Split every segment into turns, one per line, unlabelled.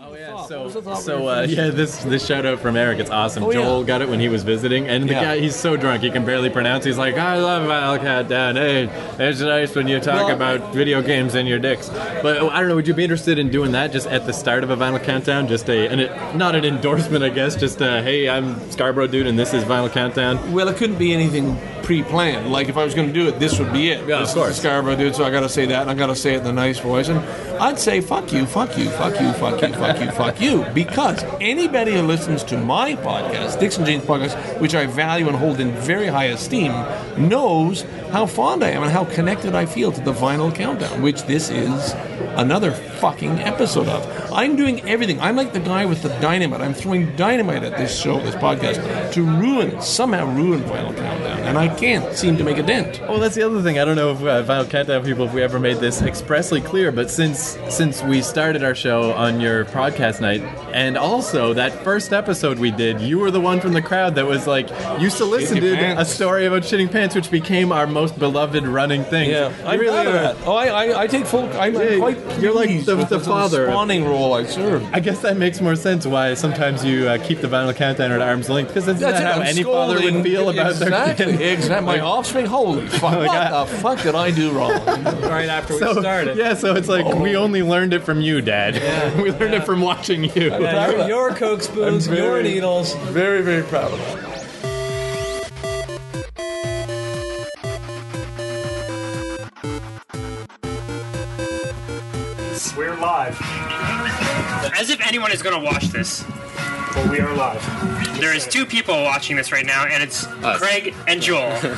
Oh yeah, so
thought
so uh, yeah, this this shout out from Eric. It's awesome.
Oh, yeah.
Joel got it when he was visiting, and the
Yeah.
guy he's so drunk he can barely pronounce. He's like, I love Alcat Dan. Hey, it's nice when you talk
Well-
about video games and your dicks. But oh, I don't know. Would you be interested in doing that just at the start of a vinyl countdown? Just a and it, not an endorsement, I guess. Just a hey, I'm Scarborough dude, and this is vinyl countdown.
Well, it couldn't be anything pre-planned. Like if I was going to do it, this would be it.
Yeah, of
This is
course.
the Scarborough dude, so I got to say that, and I got to say it in a nice voice, and I'd say fuck you, fuck you, fuck you, fuck you, fuck you, fuck you, because anybody who listens to my podcast, Dixon James podcast, which I value and hold in very high esteem, knows how fond I am and how connected I feel to the vinyl countdown, which this is another fucking episode of. I'm doing everything. I'm like the guy with the dynamite. I'm throwing dynamite at this show, this podcast, to ruin, somehow ruin Final Countdown. And I can't seem to make a dent.
Well, that's the other thing. I don't know if uh, Vinyl Countdown people, if we ever made this expressly clear, but since since we started our show on your podcast night, and also that first episode we did, you were the one from the crowd that was like, you solicited a
pants.
story about shitting pants, which became our most beloved running thing. You
I'm
really
proud of
are-
that. Oh, I, I, I take full. I'm
Yeah,
quite.
you're like
pleased
the-
with
the father.
spawning role I serve.
I guess that makes more sense why sometimes you uh, keep the vinyl countdown at arm's length because that's,
That's
not
it.
how
I'm
any father would
scolding.
feel about
exactly,
their kid.
Exactly. My offspring. Holy fuck! what
God.
the fuck did I do wrong? Oh.
right after we
So,
started.
yeah, so it's like we only learned it from you, Dad. we learned it from watching you.
Yeah, your, your Coke spoons,
I'm very-
your needles.
very, very proud of that.
We're live.
As if anyone is going to watch this.
Well, we are live.
There is two people watching this right now, and it's Craig and Joel.
You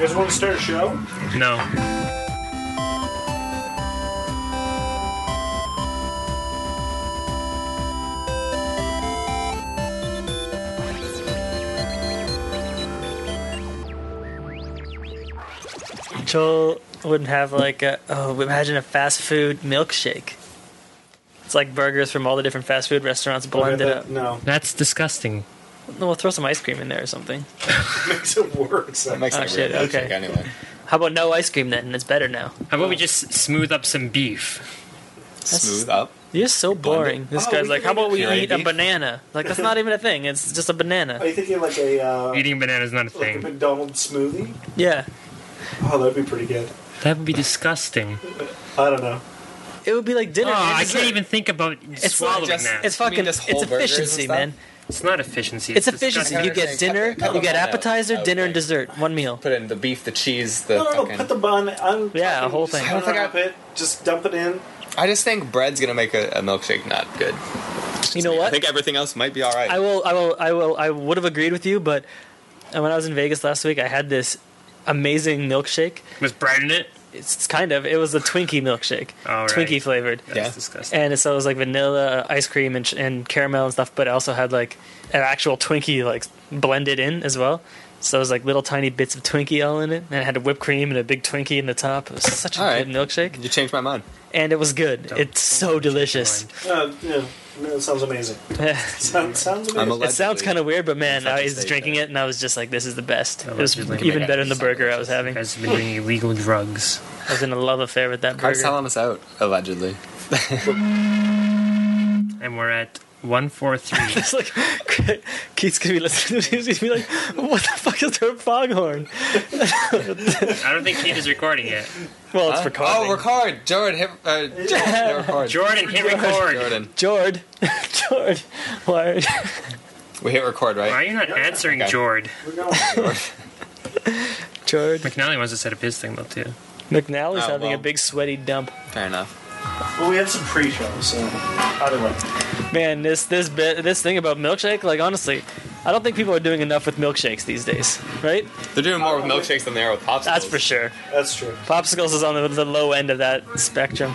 guys want to start a show?
no.
Joel wouldn't have like a oh imagine a fast food milkshake. It's like burgers from all the different fast food restaurants blended up.
No.
That's disgusting.
No, we'll throw some ice cream in there or something.
Makes it worse.
That makes
Oh,
it
shit,
weird
okay.
anyway.
How about no ice cream then? And it's better now.
How about we just smooth up some beef?
Smooth up.
You're so boring. This
Oh, we
guy's
can
like, how
make
about we
puree
eat a
beef?
banana? Like that's not even a thing. It's just a
Are
banana.
you thinking like a uh,
Eating banana is not a
like a
thing.
McDonald's smoothie?
Yeah,
Oh, that'd be pretty good.
That would be disgusting.
I don't know.
it would be like dinner.
Oh,
man.
I
It's
can't
like-
even think about swallowing
just-
that. It's,
It's
You mean
fucking.
just
It's
whole burgers and
efficiency,
stuff?
man.
not efficiency.
It's efficiency.
disgusting.
You get dinner,
Cut the
you get
bun out.
appetizer,
Oh,
I would
dinner, and
think.
dessert. One meal.
Put in the beef, the cheese, the
No, no, no.
fucking.
Oh, Put the bun. I'm
Yeah, a whole thing.
I don't think I it. Just dump it in.
I just think bread's gonna make a, a milkshake not good.
You know what?
I think everything else might be all right.
I will. I will. I will. I would have agreed with you, but uh, when I was in Vegas last week, I had this amazing milkshake.
With bread in it?
It's, it's kind of. It was a Twinkie milkshake,
All right.
Twinkie flavored,
That's
Yeah.
disgusting.
and so it was like vanilla uh, ice cream and, ch- and caramel and stuff. But it also had like an actual Twinkie like blended in as well. So it was like little tiny bits of Twinkie all in it, and it had a whipped cream and a big Twinkie in the top. It was such a
All
good milkshake,
you changed my mind.
and it was good.
Don't-
it's
don't
so
change your
delicious.
Uh, yeah. No, it sounds amazing. Sounds, sounds amazing.
I'm
It sounds
Allegedly.
kind of weird, but man, I
Fucking
was
state,
drinking it and I was just like, "This is the best." It was
Allegedly.
even better than the burger I was
You
having. I
guys have been doing illegal drugs.
was in a love affair with that
Card's
burger.
selling us out, allegedly.
And we're at 143.
It's like Keith's gonna be listening to this. He's gonna be like, "What the fuck is her foghorn?"
I don't think Keith is recording yet.
Well, it's
Huh?
recording.
Oh, record, Jordan. Hit, uh, Jordan, record.
Jordan, hit record.
Jordan,
Jord, Jord, why? Are
we hit record,
Why are
right?
you not answering
Okay.
Jord?
We're going.
Jord
McNally wants to set up his thing though too.
McNally's
Oh,
having a
well.
big sweaty dump.
Fair enough.
well, we had some pre-show, so either way.
Man, this this bit this thing about milkshake, like honestly, I don't think people are doing enough with milkshakes these days, right?
They're doing more with milkshakes than they are with popsicles.
That's for sure.
That's true.
Popsicles is on the, the low end of that spectrum.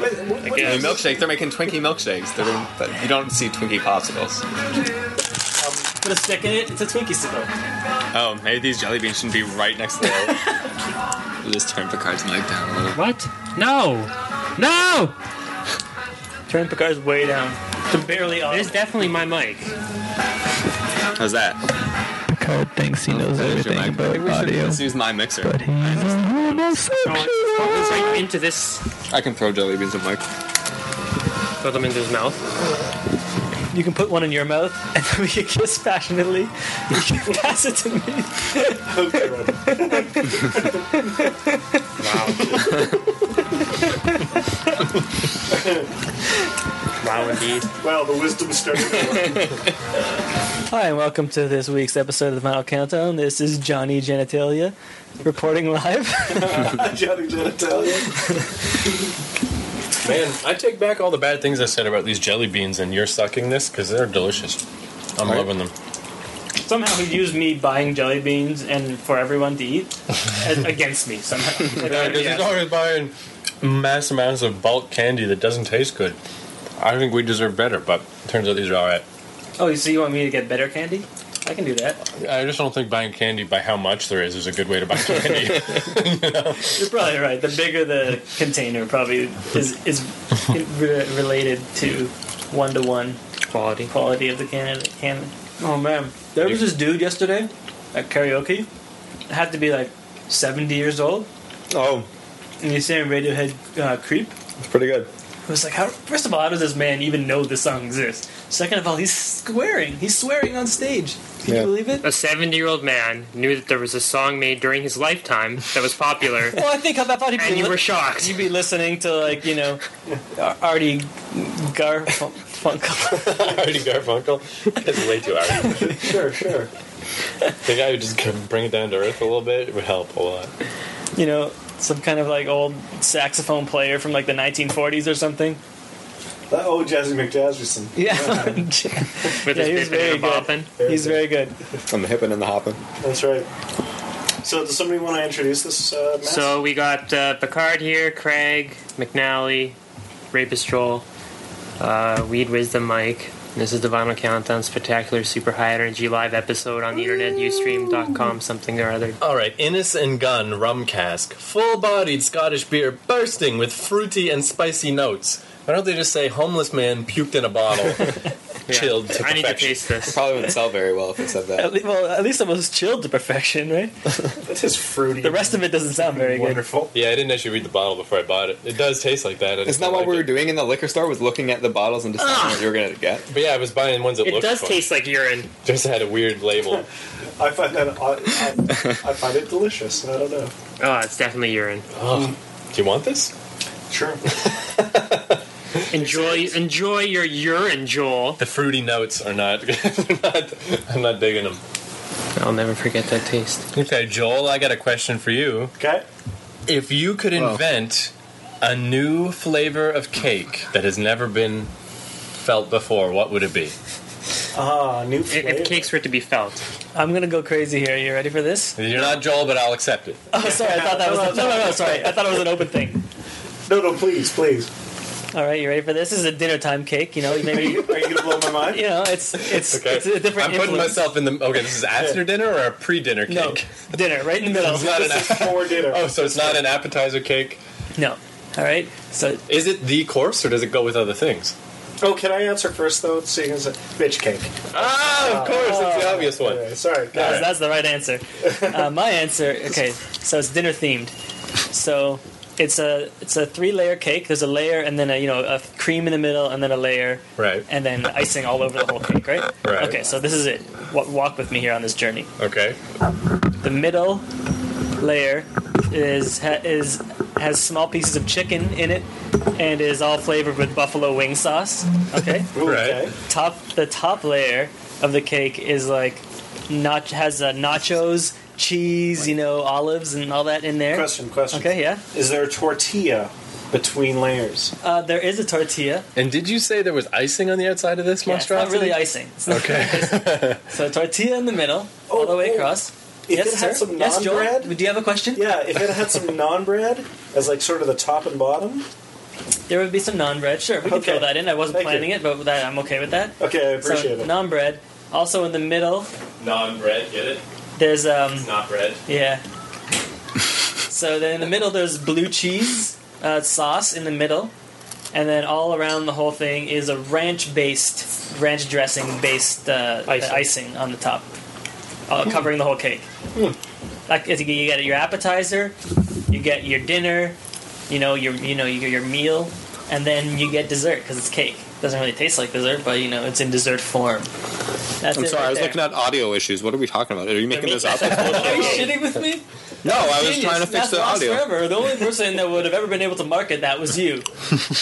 Wait, what, what
Yeah,
is this?
milkshake. They're making Twinkie milkshakes. They're doing, but you don't see Twinkie popsicles.
Put a stick in it. It's a Twinkie sickle.
Oh, maybe these jelly beans shouldn't be right next to the. we just turned Picard's mic down a little.
What? No! No!
Turn Picard's way down to barely
It
audible.
is definitely my mic.
How's that?
Card thinks he knows everything about audio.
Let's use my mixer.
It's like into this.
I can throw jelly beans in Mike.
throw them into his mouth.
You can put one in your mouth, and then we can kiss passionately. You can pass it to me.
Wow, indeed.
Well, the wisdom started.
Hi, and welcome to this week's episode of the Final Countdown. This is Johnny Genitalia reporting live.
Johnny Genitalia.
Man, I take back all the bad things I said about these jelly beans, and you're sucking this because they're delicious. I'm loving them.
somehow he used me buying jelly beans and for everyone to eat as- against me somehow.
Yeah, because he's always Oh, buying mass amounts of bulk candy that doesn't taste good. I think we deserve better, but it turns out these are all right.
Oh, so you want me to get better candy? I can do that.
I just don't think buying candy by how much there is is a good way to buy candy.
You're probably right. The bigger the container, probably is is re- related to one to one quality quality of the can. can. Oh man, there was this dude yesterday at karaoke. Had to be like seventy years old,
Oh,
and he's saying Radiohead uh, "Creep."
it's pretty good.
It was like, how, first of all, how does this man even know this song exists? Second of all, he's swearing. He's swearing on stage. Can
Yeah.
you believe it?
A 70 year old man knew that there was a song made during his lifetime that was popular,
Well, I think I thought he'd
and
be,
you
li-
were shocked.
he'd be listening to, like, you know, Ar- Artie Garfunkel.
Artie Garfunkel. It's way too hard.
Sure, sure.
The guy who just could bring it down to earth a little bit would help a lot.
you know, some kind of, like, old saxophone player from, like, the 1940s or something.
That old Jazzy McJazzy.
Yeah.
With
Yeah, he was
his
very
big bopping.
good. He's very good.
I'm the hippin' and the hoppin'.
That's right. So, does somebody want to introduce this uh, mask?
So we got uh, Picard here, Craig, McNally, Ray Pastrol, uh, Weed Wisdom Mike. This is the Vinyl Countdown Spectacular Super High Energy Live episode on the internet, ustream.com, something or other.
All right, Innis and Gunn rum cask, full-bodied Scottish beer, bursting with fruity and spicy notes. Why don't they just say homeless man puked in a bottle,
Yeah.
chilled to perfection?
I need to taste this.
Probably wouldn't sell very well if I said
At
that.
le- well, at least it was chilled to perfection, right?
that is fruity.
The rest of it doesn't sound very good.
Wonderful.
Yeah, I didn't actually read the bottle before I bought it. It does taste like that. I just
Isn't that
don't
what
like
we
it.
were doing in the liquor store? Was looking at the bottles
Oh,
and deciding what you were gonna get?
But yeah, I was buying ones that
Ah. It
looked
does
fun.
taste like urine.
Just had a weird label.
I find that I, I, I find it delicious. I don't know.
Oh, it's definitely urine.
Do you want this?
Sure.
Enjoy enjoy your urine, Joel.
The fruity notes are not. they're not I'm not digging them.
I'll never forget that taste.
Okay, Joel, I got a question for you.
Okay.
If you could invent a new flavor of cake that has never been felt before, what would it be?
Ah, new
If,
flavor.
if cakes were to be felt,
I'm going to go crazy here. you ready for this?
You're not Joel, but I'll accept it.
Oh, sorry. I thought that was. no, no, no, sorry. I thought it was an open thing.
No, no, please, please.
All right, you ready for this? This is a dinner time cake. You know,
Are
maybe
you, are you gonna blow my mind?
you know it's it's it's a different.
I'm putting
influence.
myself in the. Okay, this is after dinner or a pre-dinner cake.
no dinner right in the middle.
It's not an.
This is for dinner.
Oh, so it's not an appetizer cake.
No, all right. So
Is it the course or does it go with other things?
Oh, can I answer first though? Seeing as a bitch cake.
Ah, of course, it's the obvious one.
Anyway, sorry.
that's,
right.
that's the right answer. Uh, my answer. Okay, so it's dinner themed. So it's a it's a three layer cake. There's a layer and then a you know a cream in the middle and then a layer
Right.
and then icing all over the whole cake. Right.
Right.
Okay, so this is it. Wa walk with me here on this journey.
Okay.
The middle layer is ha- is has small pieces of chicken in it and is all flavored with buffalo wing sauce. Okay.
Ooh,
Right.
Okay.
top the top layer of the cake is like not has uh, nachos, cheese, you know, olives and all that in there.
Question. Question.
Okay, yeah.
Is there a tortilla between layers?
Uh, there is a tortilla.
And did you say there was icing on the outside of this
Yeah, it's not
monstrosity?
really icing. It's not-
Okay.
So tortilla in the middle, all
Oh,
the way
oh.
across.
If
yes,
it
sir.
had some
yes,
naan
Joel.
bread?
Do you have a question?
Yeah. If it had some non bread as like sort of the top and bottom.
There would be some non bread. Sure, we can
Okay.
throw that in. I wasn't
Thank
planning
you.
it, but with that, I'm okay with that.
Okay, I appreciate
so
it.
non bread. Also in the middle,
Non bread, get it?
there's um
Not bread.
yeah. so then in the middle, there's blue cheese uh, sauce in the middle, and then all around the whole thing is a ranch-based, ranch dressing-based uh, icing.
Icing.
on the top, uh, covering the whole cake.
Hmm.
Like I think you get your appetizer, you get your dinner, you know your you know your, your meal, and then you get dessert because it's cake. Doesn't really taste like dessert, but you know it's in dessert form. That's
I'm
it
sorry,
right
I was
there.
looking at audio issues. What are we talking about? Are you making this up?
Are you shitting with me?
No, I was
Genius.
trying to fix
That's
the
lost
audio.
Forever. The only person that would have ever been able to market that was you.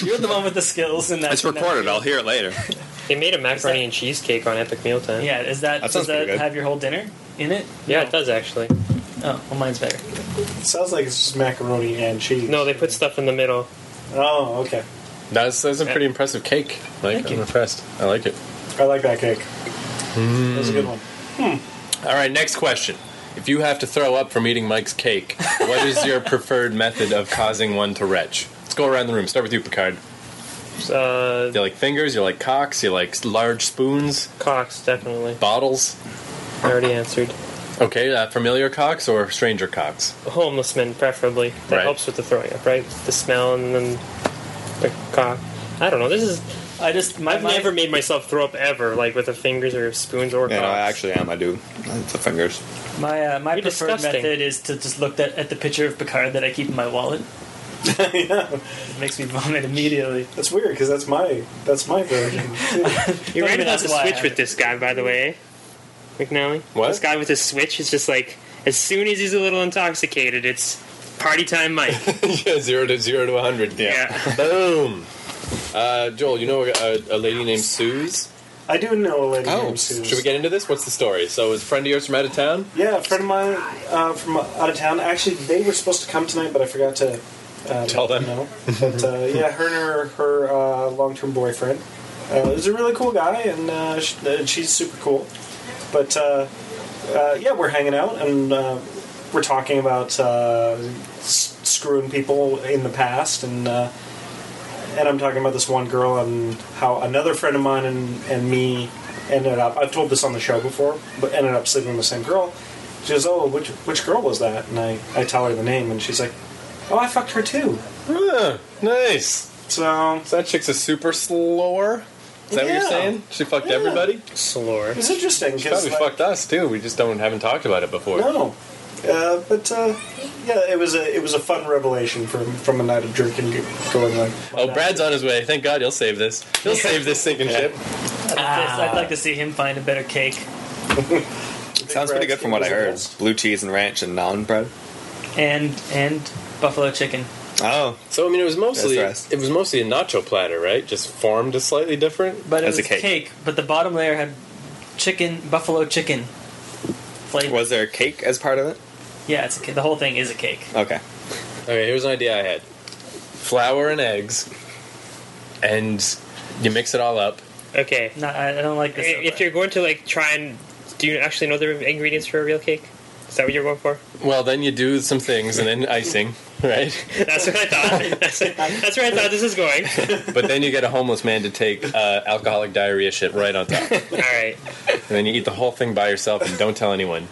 You're the one with the skills and that.
It's recorded. I'll hear it later.
They made a macaroni and cheesecake on Epic Mealtime.
Yeah, is that, does that have your whole dinner in it?
Yeah, it does actually.
Oh, well, mine's better.
sounds like it's just macaroni and cheese. No, they put stuff in the middle.
Oh, okay.
That's, that's a pretty impressive cake. Like,
Thank
I'm
you.
impressed. I like it.
I like that cake. That's a good
Mm.
one.
All right, next question. If you have to throw up from eating Mike's cake, what is your preferred method of causing one to retch? Let's go around the room. Start with you, Picard.
Uh,
you like fingers? You like cocks? You like large spoons?
Cocks, definitely.
Bottles?
I already answered.
Okay, uh, familiar cocks or stranger cocks?
Homeless men, preferably. That
Right.
helps with the throwing up, right? The smell and then the cock. I don't know. This is.
I just.
I've never made myself throw up ever, like with the fingers or spoons or
Yeah, no, I
cocks.
actually am. I do. It's the fingers.
My uh, my preferred
disgusting.
method is to just look at, at the picture of Picard that I keep in my wallet. It makes me vomit immediately.
That's weird because that's my that's my version.
You're right
even
about
ask
the
why I
switch
have
with this guy, by the way, McNally. What? This guy with the switch is just like, as soon as he's a little intoxicated, it's party time, Mike.
yeah, zero to zero to a hundred. Yeah. Boom. Uh, Joel, you know a, a lady named Suze.
I do know a lady
oh,
named Suze.
Should we get into this? What's the story? So, is a friend of yours from out of town?
Yeah, a friend of mine uh, from out of town. Actually, they were supposed to come tonight, but I forgot to uh,
Tell them.
No, but uh, yeah, her and her, her uh, long-term boyfriend uh, is a really cool guy, and uh, sh uh, she's super cool. But uh, uh, yeah, we're hanging out and uh, we're talking about uh, s- screwing people in the past, and uh, and I'm talking about this one girl and how another friend of mine and, and me ended up. I've told this on the show before, but ended up sleeping with the same girl. She goes, "Oh, which which girl was that?" And I, I tell her the name, and she's like, "Oh, I fucked her too."
Ah, nice.
So,
so that chick's a super slore. Is that what
Yeah.
you're saying? She fucked
Yeah.
everybody.
Slore.
It's interesting,
She
'cause,
probably
like-
fucked us too. We just don't haven't talked about it before.
No, uh, but uh, yeah, it was a it was a fun revelation from from a night of drinking g- going like.
Oh, Brad's on his way. Thank God he'll save this. He'll save this sinking ship.
I'd, I'd like to see him find a better cake
Sounds pretty good from what I heard. Blue cheese and ranch and naan bread.
and and buffalo chicken.
Oh,
so I mean, it was mostly
That's
it was mostly a nacho platter, right? Just formed as slightly different,
But it was cake. But the bottom layer had chicken, buffalo chicken.
Was there a cake as part of it?
Yeah, it's a, ca- the whole thing is a cake.
Okay.
Okay, here's an idea I had: flour and eggs, and you mix it all up.
Okay.
No, I, I don't like this.
If you're going to like try and do you actually know the ingredients for a real cake? Is that what you're going for?
Well, then you do some things, and then icing, right?
That's what I thought. That's, that's where I thought this was going.
But then you get a homeless man to take uh, alcoholic diarrhea shit right on top, and
All right.
then you eat the whole thing by yourself and don't tell anyone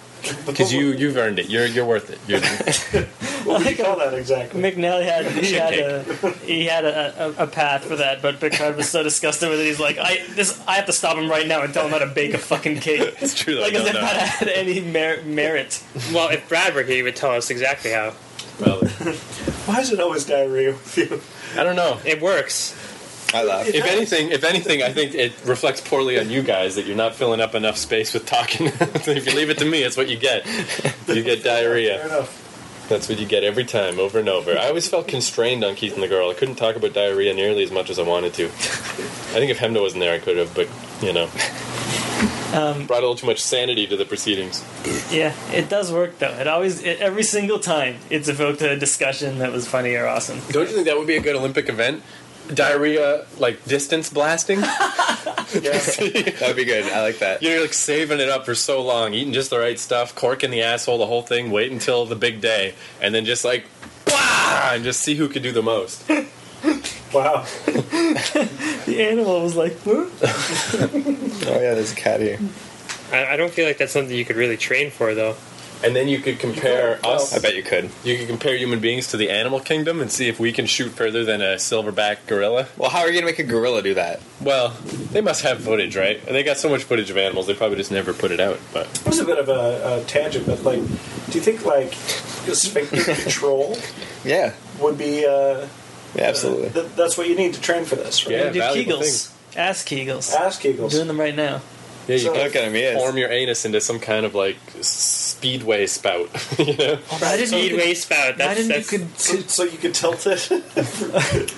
because you you've earned it. You're you're worth it. You're,
What would you call that exactly?
McNally had he had a he had a, a, a path for that, but Picard was so disgusted with it. He's like, I this I have to stop him right now and tell him how to bake a fucking cake.
it's true.
Like as if that had any mer- merit.
Well, if Brad were here, he would tell us exactly how.
Well,
Why is it always diarrhea with you?
I don't know.
It works.
I laugh.
If anything, if anything, I think it reflects poorly on you guys that you're not filling up enough space with talking. if you leave it to me, it's what you get. You get diarrhea. That's what you get every time, over and over. I always felt constrained on Keith and the Girl. I couldn't talk about diarrhea nearly as much as I wanted to. I think if Hemda wasn't there, I could have, but you know,
Um,
brought a little too much sanity to the proceedings.
yeah, it does work though. It always it, every single time it's evoked a discussion that was funny or awesome.
Don't you think that would be a good Olympic event? Diarrhea, like distance blasting.
That'd be good. I like that.
You're like saving it up for so long, eating just the right stuff, corking the asshole, the whole thing. Wait until the big day, and then just like, bah, and just see who could do the most.
Wow.
The animal was like, "Huh?"
Oh yeah, there's a cat here.
I, I don't feel like that's something you could really train for, though.
And then you could compare us.
I bet you could.
You could compare human beings to the animal kingdom and see if we can shoot further than a silverback gorilla.
Well, how are you gonna make a gorilla do that?
Well, they must have footage, right? And they got so much footage of animals, they probably just never put it out. But
It was a bit of a, a tangent, but like, do you think like sphincter control
Yeah.
would be uh,
Yeah, absolutely.
Th- that's what you need to train for this, right?
Yeah, do Kegels. Ass Kegels.
Ass Kegels.
doing them right now.
Yeah, you
So-
can
Look at him, he is.
form your anus into some kind of like s- speedway spout. you know,
Speedway spout. That's, that's
so, so you could tilt it.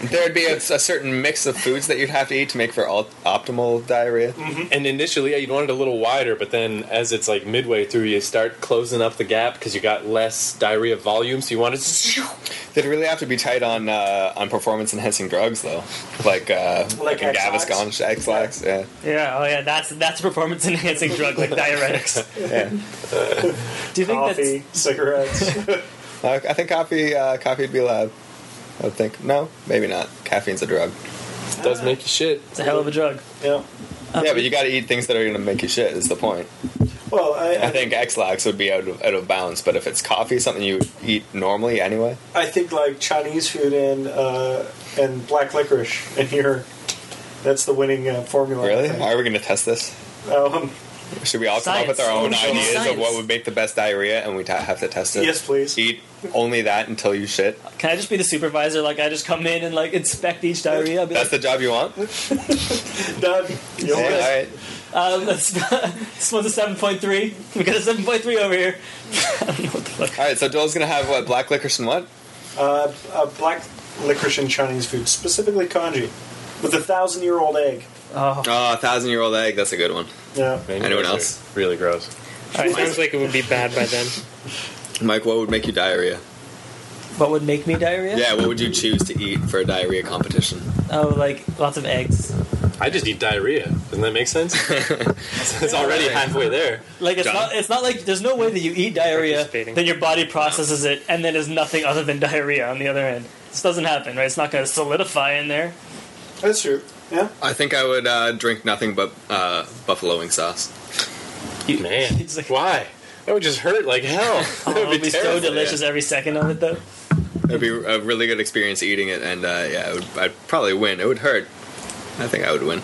There'd be a, a certain mix of foods that you'd have to eat to make for all, optimal diarrhea.
Mm-hmm.
And initially, yeah, you'd want it a little wider, but then as it's like midway through, you start closing up the gap because you got less diarrhea volume, so you want it. to-
They'd really have to be tight on uh, on performance enhancing drugs though, like uh,
Like
fucking
Xanax?
Gaviscon, X-Lax. Yeah.
Yeah, oh yeah, that's that's a performance enhancing drug like diuretics.
Yeah.
Do you think
Coffee, cigarettes.
Uh, I think coffee uh, coffee would be allowed. I would think no, maybe not. Caffeine's a drug.
does make you shit. It's
a hell of a drug.
Yeah.
yeah, but you got to eat things that are going to make you shit. Is the point?
Well, I,
I think X-Lax would be out of, out of bounds, but if it's coffee, something you would eat normally anyway.
I think like Chinese food and uh, and black licorice in here. That's the winning uh, formula. I
Really?
think.
Are we going to test this?
Um,
Should we all come up
Science.
with our own
Oh,
ideas
science.
of what would make the best diarrhea, and we ta have to test it?
Yes,
please.
Eat only that until you shit.
Can I just be the supervisor? Like I just come in and like inspect each diarrhea.
That's the job you want.
Done.
Yeah, all right.
Um, that's- this one's a seven point three. We got a seven point three over here.
All right. So Joel's going to have what? Black licorice and what?
uh, uh, black licorice and Chinese food, specifically congee, with a thousand year old egg.
Oh,
a thousand year old egg. That's a good one.
Yeah.
Anyone else?
Really gross.
sounds like it would be bad by then.
Mike, what would make you diarrhea?
What would make me diarrhea?
Yeah, what would you choose to eat for a diarrhea competition?
Oh, like lots of eggs.
I just eat diarrhea. Doesn't that make sense? it's already halfway there.
Like it's
John?
not. It's not like there's no way that you eat diarrhea, then your body processes it, and then there's nothing other than diarrhea on the other end. This doesn't happen, right? It's not going to solidify in there.
That's true. Yeah.
I think I would uh, drink nothing but uh, buffalo wing sauce.
Man, why? That would just hurt like hell.
Oh,
That would
it'd be so
terrible,
delicious every second of it, though.
It'd be a really good experience eating it, and uh, yeah, it would, I'd probably win. It would hurt. I think I would win.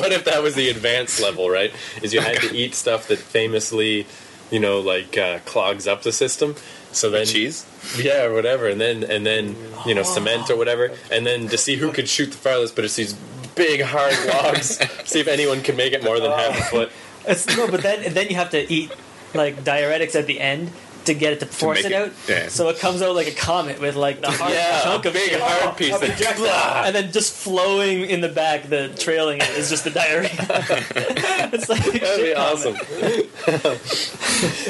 what if that was the advanced level, right? Is you had to eat stuff that famously, you know, like uh, clogs up the system. So then
cheese,
yeah, or whatever, and then and then you know cement or whatever, and then to see who could shoot the farthest. But it's these big hard logs. see if anyone can make it more than half a foot.
It's, no, but then then you have to eat like diuretics at the end to get it to force
make
it,
it-
out.
yeah.
So it comes out like a comet with like the hard
Yeah,
chunk
a
of
big
shit.
hard piece that-
Blah! and then just flowing in the back, the trailing it is just the diarrhea. it's like
That'd be awesome.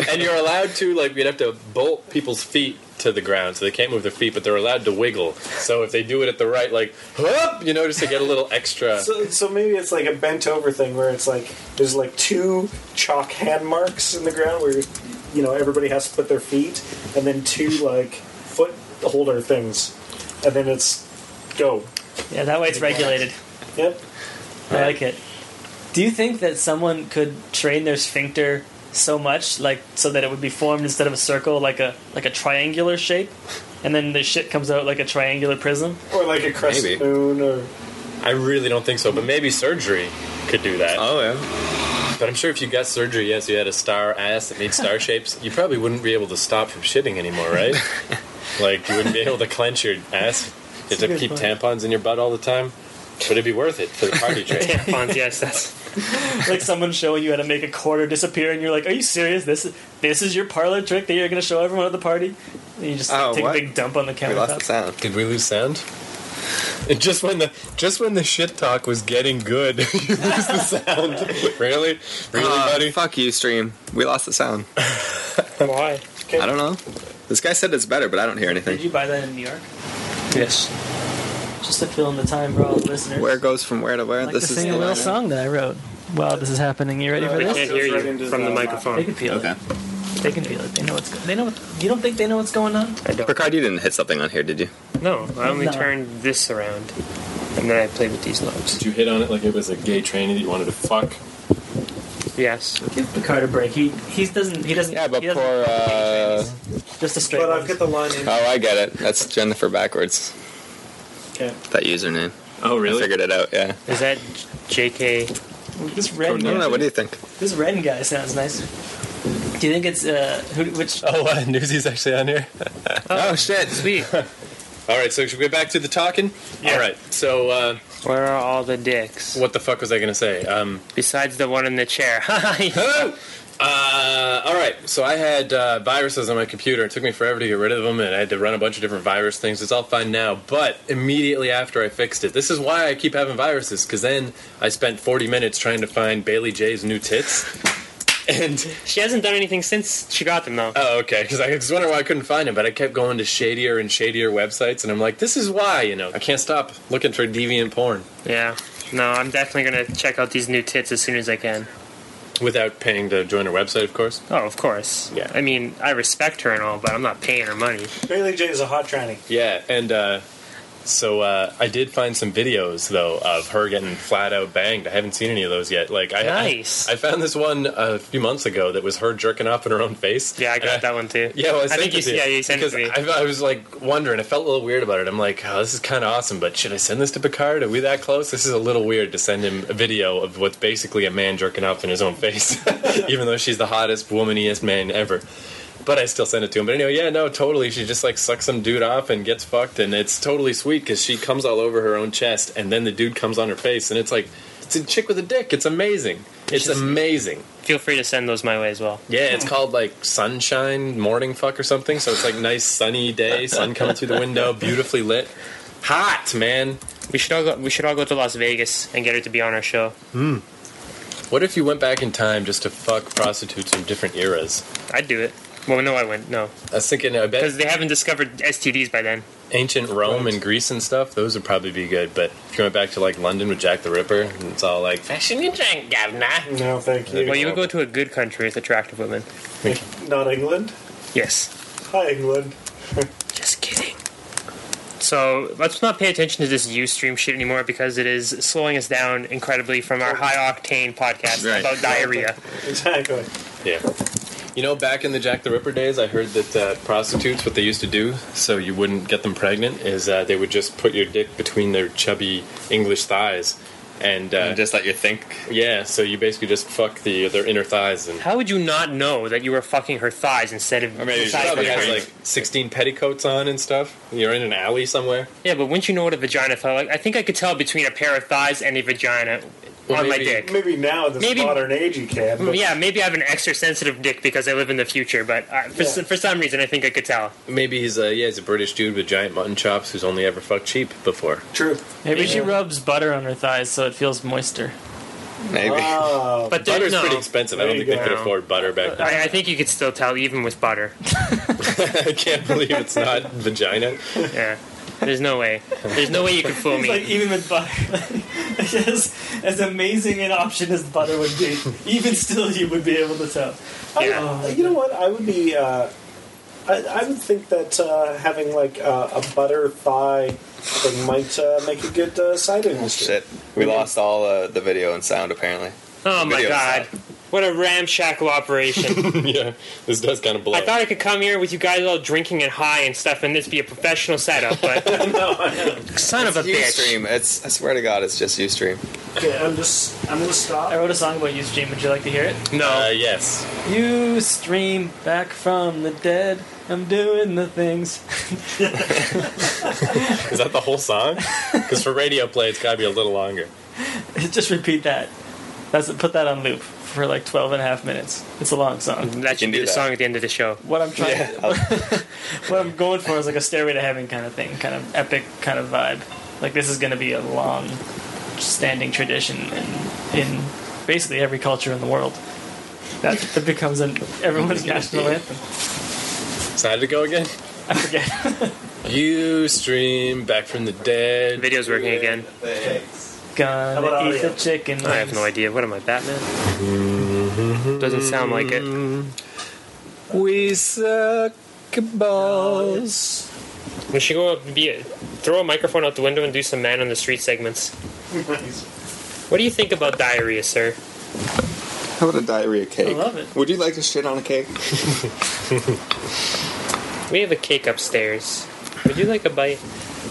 and you're allowed to like you'd have to bolt people's feet to the ground so they can't move their feet, but they're allowed to wiggle. So if they do it at the right, like whoop, you know, just to get a little extra.
So, so maybe it's like a bent over thing where it's like there's like two chalk hand marks in the ground where you know everybody has to put their feet and then two like foot holder things and then it's go.
Yeah, that way it's regulated.
Yep.
I like it. Do you think that someone could train their sphincter so much, like so that it would be formed instead of a circle, like a like a triangular shape, and then the shit comes out like a triangular prism?
Or like a crescent
Maybe.
moon or
I really don't think so, but maybe surgery could do that.
Oh yeah.
But I'm sure if you got surgery, yes, you had a star ass that made star shapes, you probably wouldn't be able to stop from shitting anymore, right? like you wouldn't be able to clench your ass. You
That's a
have to
good
keep
point.
tampons in your butt all the time. Would it be worth it for the party trick?
Tampons, yes, that's
like someone showing you how to make a quarter disappear, and you're like, "Are you serious? This this is your parlor trick that you're going to show everyone at the party?" And you just like,
Oh,
take
what?
a big dump on the countertop.
sound.
Did we lose sound? And just when the just when the shit talk was getting good, you lose the sound. really, really, buddy.
Uh, Fuck you, stream. We lost the sound.
Why?
I don't know. This guy said it's better, but I don't hear
Did
anything.
you buy that in New York?
Yes.
Just to fill in the time for all the listeners.
Where goes from where to where?
I'd like
this
to
is
sing a little song that I wrote. Wow, this is happening. You ready
Uh,
for
they
this?
can't hear you from the microphone.
They can feel
Okay.
it. They can feel it. They know what's. Go- they know. What, you don't think they know what's going on?
I don't.
Picard, you didn't hit something on here, did you?
No, I only
No.
turned this around, and then I played with these knobs.
Did you hit on it like it was a gay tranny that you wanted to fuck?
Yes.
Give Picard a break. He he doesn't. He doesn't. Yeah, but
Or, uh,
just a straight. But I've got
the line in.
oh, I get it. That's Jennifer backwards.
Okay.
That username.
Oh,
really? I figured it out. Yeah.
Is that J.K.
This
I
red.
don't
guy,
know. What do you think?
This red guy sounds nice. Do you think it's uh who, which?
Oh, uh, Newsy's actually on here.
oh shit!
Sweet.
All right, so should we get back to the talking? All right, so. Uh,
Where are all the dicks?
What the fuck was I going to say? Um,
Besides the one in the chair.
Oh! uh, all right, so I had uh, viruses on my computer. It took me forever to get rid of them, and I had to run a bunch of different virus things. It's all fine now, but immediately after I fixed it, this is why I keep having viruses, because then I spent 40 minutes trying to find Bailey J's new tits. And
she hasn't done anything since she got them, though.
Oh, okay. Because I was wondering why I couldn't find them, but I kept going to shadier and shadier websites, and I'm like, this is why, you know, I can't stop looking for deviant porn
Yeah. No, I'm definitely going to check out these new tits as soon as I can.
without paying to join her website, of course.
Oh, of course. Yeah. I mean, I respect her and all, but I'm not paying her money.
Bailey J is a hot tranny.
Yeah, and uh, so uh, I did find some videos though of her getting flat out banged. I haven't seen any of those yet. Like, I,
Nice.
I, I found this one a few months ago that was her jerking off in her own face. Yeah, I
got that one too.
Yeah, well, I,
I
sent
think
it
you-
to
yeah, you sent it to
because I, I was like wondering. I felt a little weird about it. I'm like, oh, this is kind of awesome, but should I send this to Picard? Are we that close? This is a little weird to send him a video of what's basically a man jerking off in his own face, even though she's the hottest, womaniest man ever. But I still send it to him. But anyway, yeah, no, totally. She just like sucks some dude off and gets fucked, and it's totally sweet because she comes all over her own chest, and then the dude comes on her face, and it's like it's a chick with a dick. It's amazing. It's
She's-
amazing.
Feel free to send those my way as well.
Yeah, it's called like sunshine morning fuck or something. So it's like nice sunny day, sun coming through the window, beautifully lit, hot man.
We should all go. We should all go to Las Vegas and get her to be on our show.
Hmm. What if you went back in time just to fuck prostitutes from different eras?
I'd do it. Well, no, I wouldn't. No,
I was thinking, I bet
because they haven't discovered STDs by then.
ancient Rome and Greece and stuff. Those would probably be good. But if you went back to like London with Jack the Ripper, and it's all like
Fashion you drink, governor.
No, thank you.
Well, you would go to a good country with attractive women.
Not England.
Yes.
Hi, England.
Just kidding. So let's not pay attention to this UStream shit anymore because it is slowing us down incredibly from our high octane podcast
Right.
about diarrhea.
Exactly.
Yeah. You know, back in the Jack the Ripper days, I heard that uh, prostitutes, what they used to do so you wouldn't get them pregnant, is uh, they would just put your dick between their chubby English thighs. And, uh, just let you think. Yeah, so you basically just fuck the their inner thighs and.
How would you not know that you were fucking her thighs instead of?
I mean, you
inside of
probably
her
has
brain?
like sixteen petticoats on and stuff. You're in an alley somewhere.
Yeah, but wouldn't you know what a vagina felt like? I think I could tell between a pair of thighs and a vagina
Well,
on my
maybe-
dick.
Maybe now in this
Maybe-
modern age you can. But
Yeah, maybe I have an extra sensitive dick because I live in the future, but uh, for, s for some reason I think I could tell.
Maybe he's a yeah, he's a British dude with giant mutton chops who's only ever fucked sheep before.
True.
Maybe she
Yeah.
rubs butter on her thighs so it feels moister.
Maybe.
Wow.
But there-
butter's
no.
Oh, pretty expensive. I
There
don't
you
think they could
go.
afford butter back then.
I, I think you could still tell even with butter.
I can't believe it's not vagina.
Yeah. There's no way. There's no way you could fool
It's like
me.
even with butter, like, as, as amazing an option as butter would be, even still you would be able to tell. Oh.
I, you know what? I would be. Uh, I, I would think that uh, having like uh, a butter thigh thing might uh, make a good uh, side angle.
Shit, we lost all uh, the video and sound apparently.
Oh my
Video's
god. What a ramshackle operation.
yeah, this does kind of blow.
I thought I could come here with you guys all drinking and high and stuff and this be a professional setup, but son of a bitch.
Ustream, it's I swear to God, it's just Ustream.
Okay, I'm just I'm gonna stop. I wrote a song about Ustream. Would you like to hear it?
No.
Uh, yes.
You stream back from the dead. I'm doing the things.
Is that the whole song? Because for radio play, it's got to be a little longer.
Just repeat that. That's put that on loop for like 12 and a half minutes. It's a long song.
That should be the song at the end of the show.
What I'm trying, what I'm going for is like a stairway to heaven kind of thing, kind of epic kind of vibe. Like this is going to be a long, standing tradition in, in basically every culture in the world. That, that becomes an everyone's national anthem.
So how did it go again?
I forget.
You stream back from the dead.
Video's working again.
Gonna
about
eat
audio?
the chicken wings.
I have no idea. What am I, Batman? Doesn't sound like it.
We suck balls.
We should go up and be throw a microphone out the window and do some man on the street segments. What do you think about diarrhea, sir?
How about a diarrhea cake?
I love it.
Would you like to shit on a cake?
We have a cake upstairs. Would you like a bite?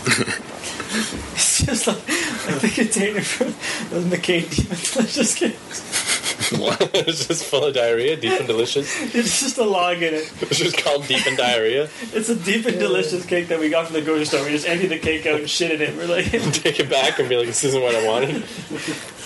It's just like, like the container from those McCain demons. I'm just kidding.
it's just full of diarrhea, deep and delicious.
It's just a log in it.
It's just called deep and diarrhea.
It's a deep and delicious cake that we got from the grocery store. We just emptied the cake out and shit in it. We're like,
Take it back and be like, this isn't what I wanted.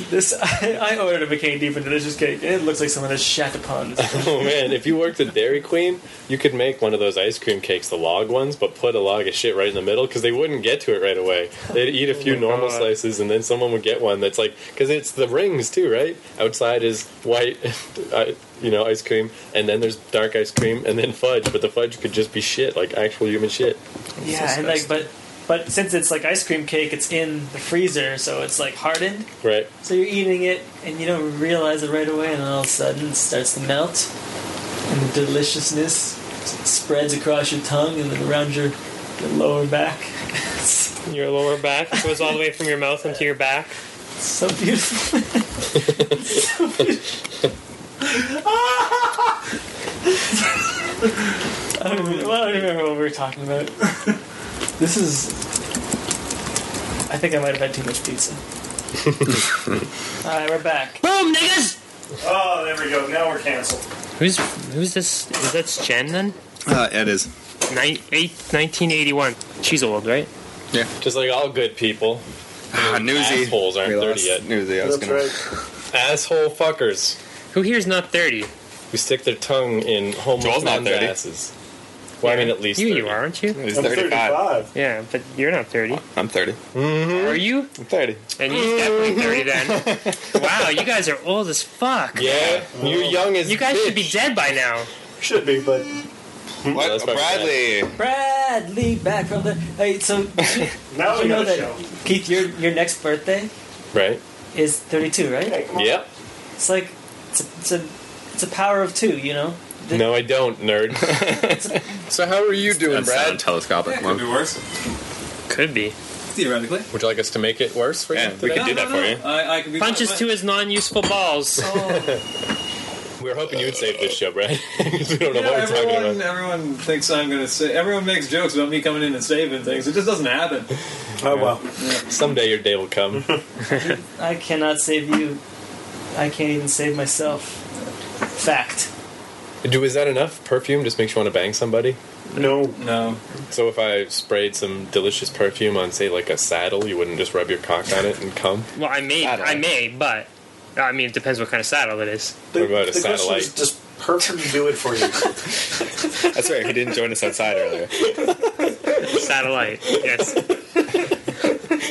this. I, I ordered a McCain deep and delicious cake, and it looks like someone has shat upon this.
Oh man, if you worked at Dairy Queen, you could make one of those ice cream cakes, the log ones, but put a log of shit right in the middle because they wouldn't get to it right away. They'd eat a few normal slices and then someone would get one that's like, because it's the rings too, right? Outside is white, uh, you know, ice cream, and then there's dark ice cream, and then fudge, but the fudge could just be shit, like actual human shit.
yeah, and like, but but since it's like ice cream cake, it's in the freezer, so it's like hardened.
Right.
So you're eating it, and you don't realize it right away, and all of a sudden it starts to melt, and the deliciousness spreads across your tongue and then around your, your lower back.
Your lower back goes all the way from your mouth into your back.
So beautiful. I don't, even, well, I don't even remember what we were talking about. this is. I think I might have had too much pizza. Alright, we're back.
Boom, niggas!
Oh, there we go. Now we're canceled.
Who's who's this? Is that's Jen then?
Uh, it is.
Nin- eight, 1981. She's old, right?
Yeah. Ah,
Just like all good people.
Newsy.
Assholes aren't
We
30
lost
yet.
Newsy, I was That's gonna-
Asshole fuckers.
Who here's not 30?
Who stick their tongue in homeless
Joel's not
men's
30.
asses. Well, I mean, at least
You,
30.
you are, aren't you?
He's I'm 35. 35.
Yeah, but you're not 30.
I'm 30.
Mm-hmm.
Are you?
I'm 30.
And you're definitely 30 then. wow, you guys are old as fuck.
Yeah, you're young as
You guys should be dead by now.
Oh. Should be, but.
What? Bradley.
Bradley back from the. Hey, so.
now
you
we got
know
a
that,
show.
Keith, your, your next birthday
Right?
is 32, right?
Yep.
It's like. It's a, it's a, it's a power of two, you know?
No, I don't, nerd.
so how are you doing,
Brad?
telescopic
Yeah, could
one.
be
worse.
Could be.
Theoretically.
Would you like us to make it worse for you?
we could do that for you.
Uh,
I, I could be
Punches to his non useful balls.
Oh.
We were hoping you'd save this show, Brad. 'Cause we don't know
You know,
what we're talking
everyone,
about.
everyone thinks I'm going to say. Everyone makes jokes about me coming in and saving things. It just doesn't happen.
Oh well.
Someday your day will come.
I cannot save you. I can't even save myself. Fact.
Do is that enough? Perfume just makes you want to bang somebody.
No.
No.
So if I sprayed some delicious perfume on, say, like a saddle, you wouldn't just rub your cock on it and come.
Well, I may, I may, but I mean, it depends what kind of saddle it is.
What about a
The question is,
satellite?
does perfume do it for you?
That's right. He didn't join us outside earlier.
Satellite, yes.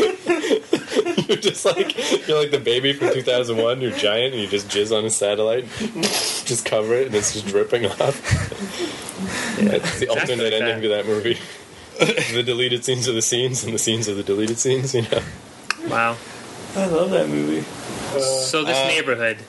you're just like you're like the baby from 2001. You're giant, and you just jizz on a satellite, just cover it, and it's just dripping off. That's the
Exactly
alternate
like
ending to that movie. the deleted scenes of the scenes, and the scenes of the deleted scenes. You know.
Wow.
I love that movie.
So this neighborhood,
Uh,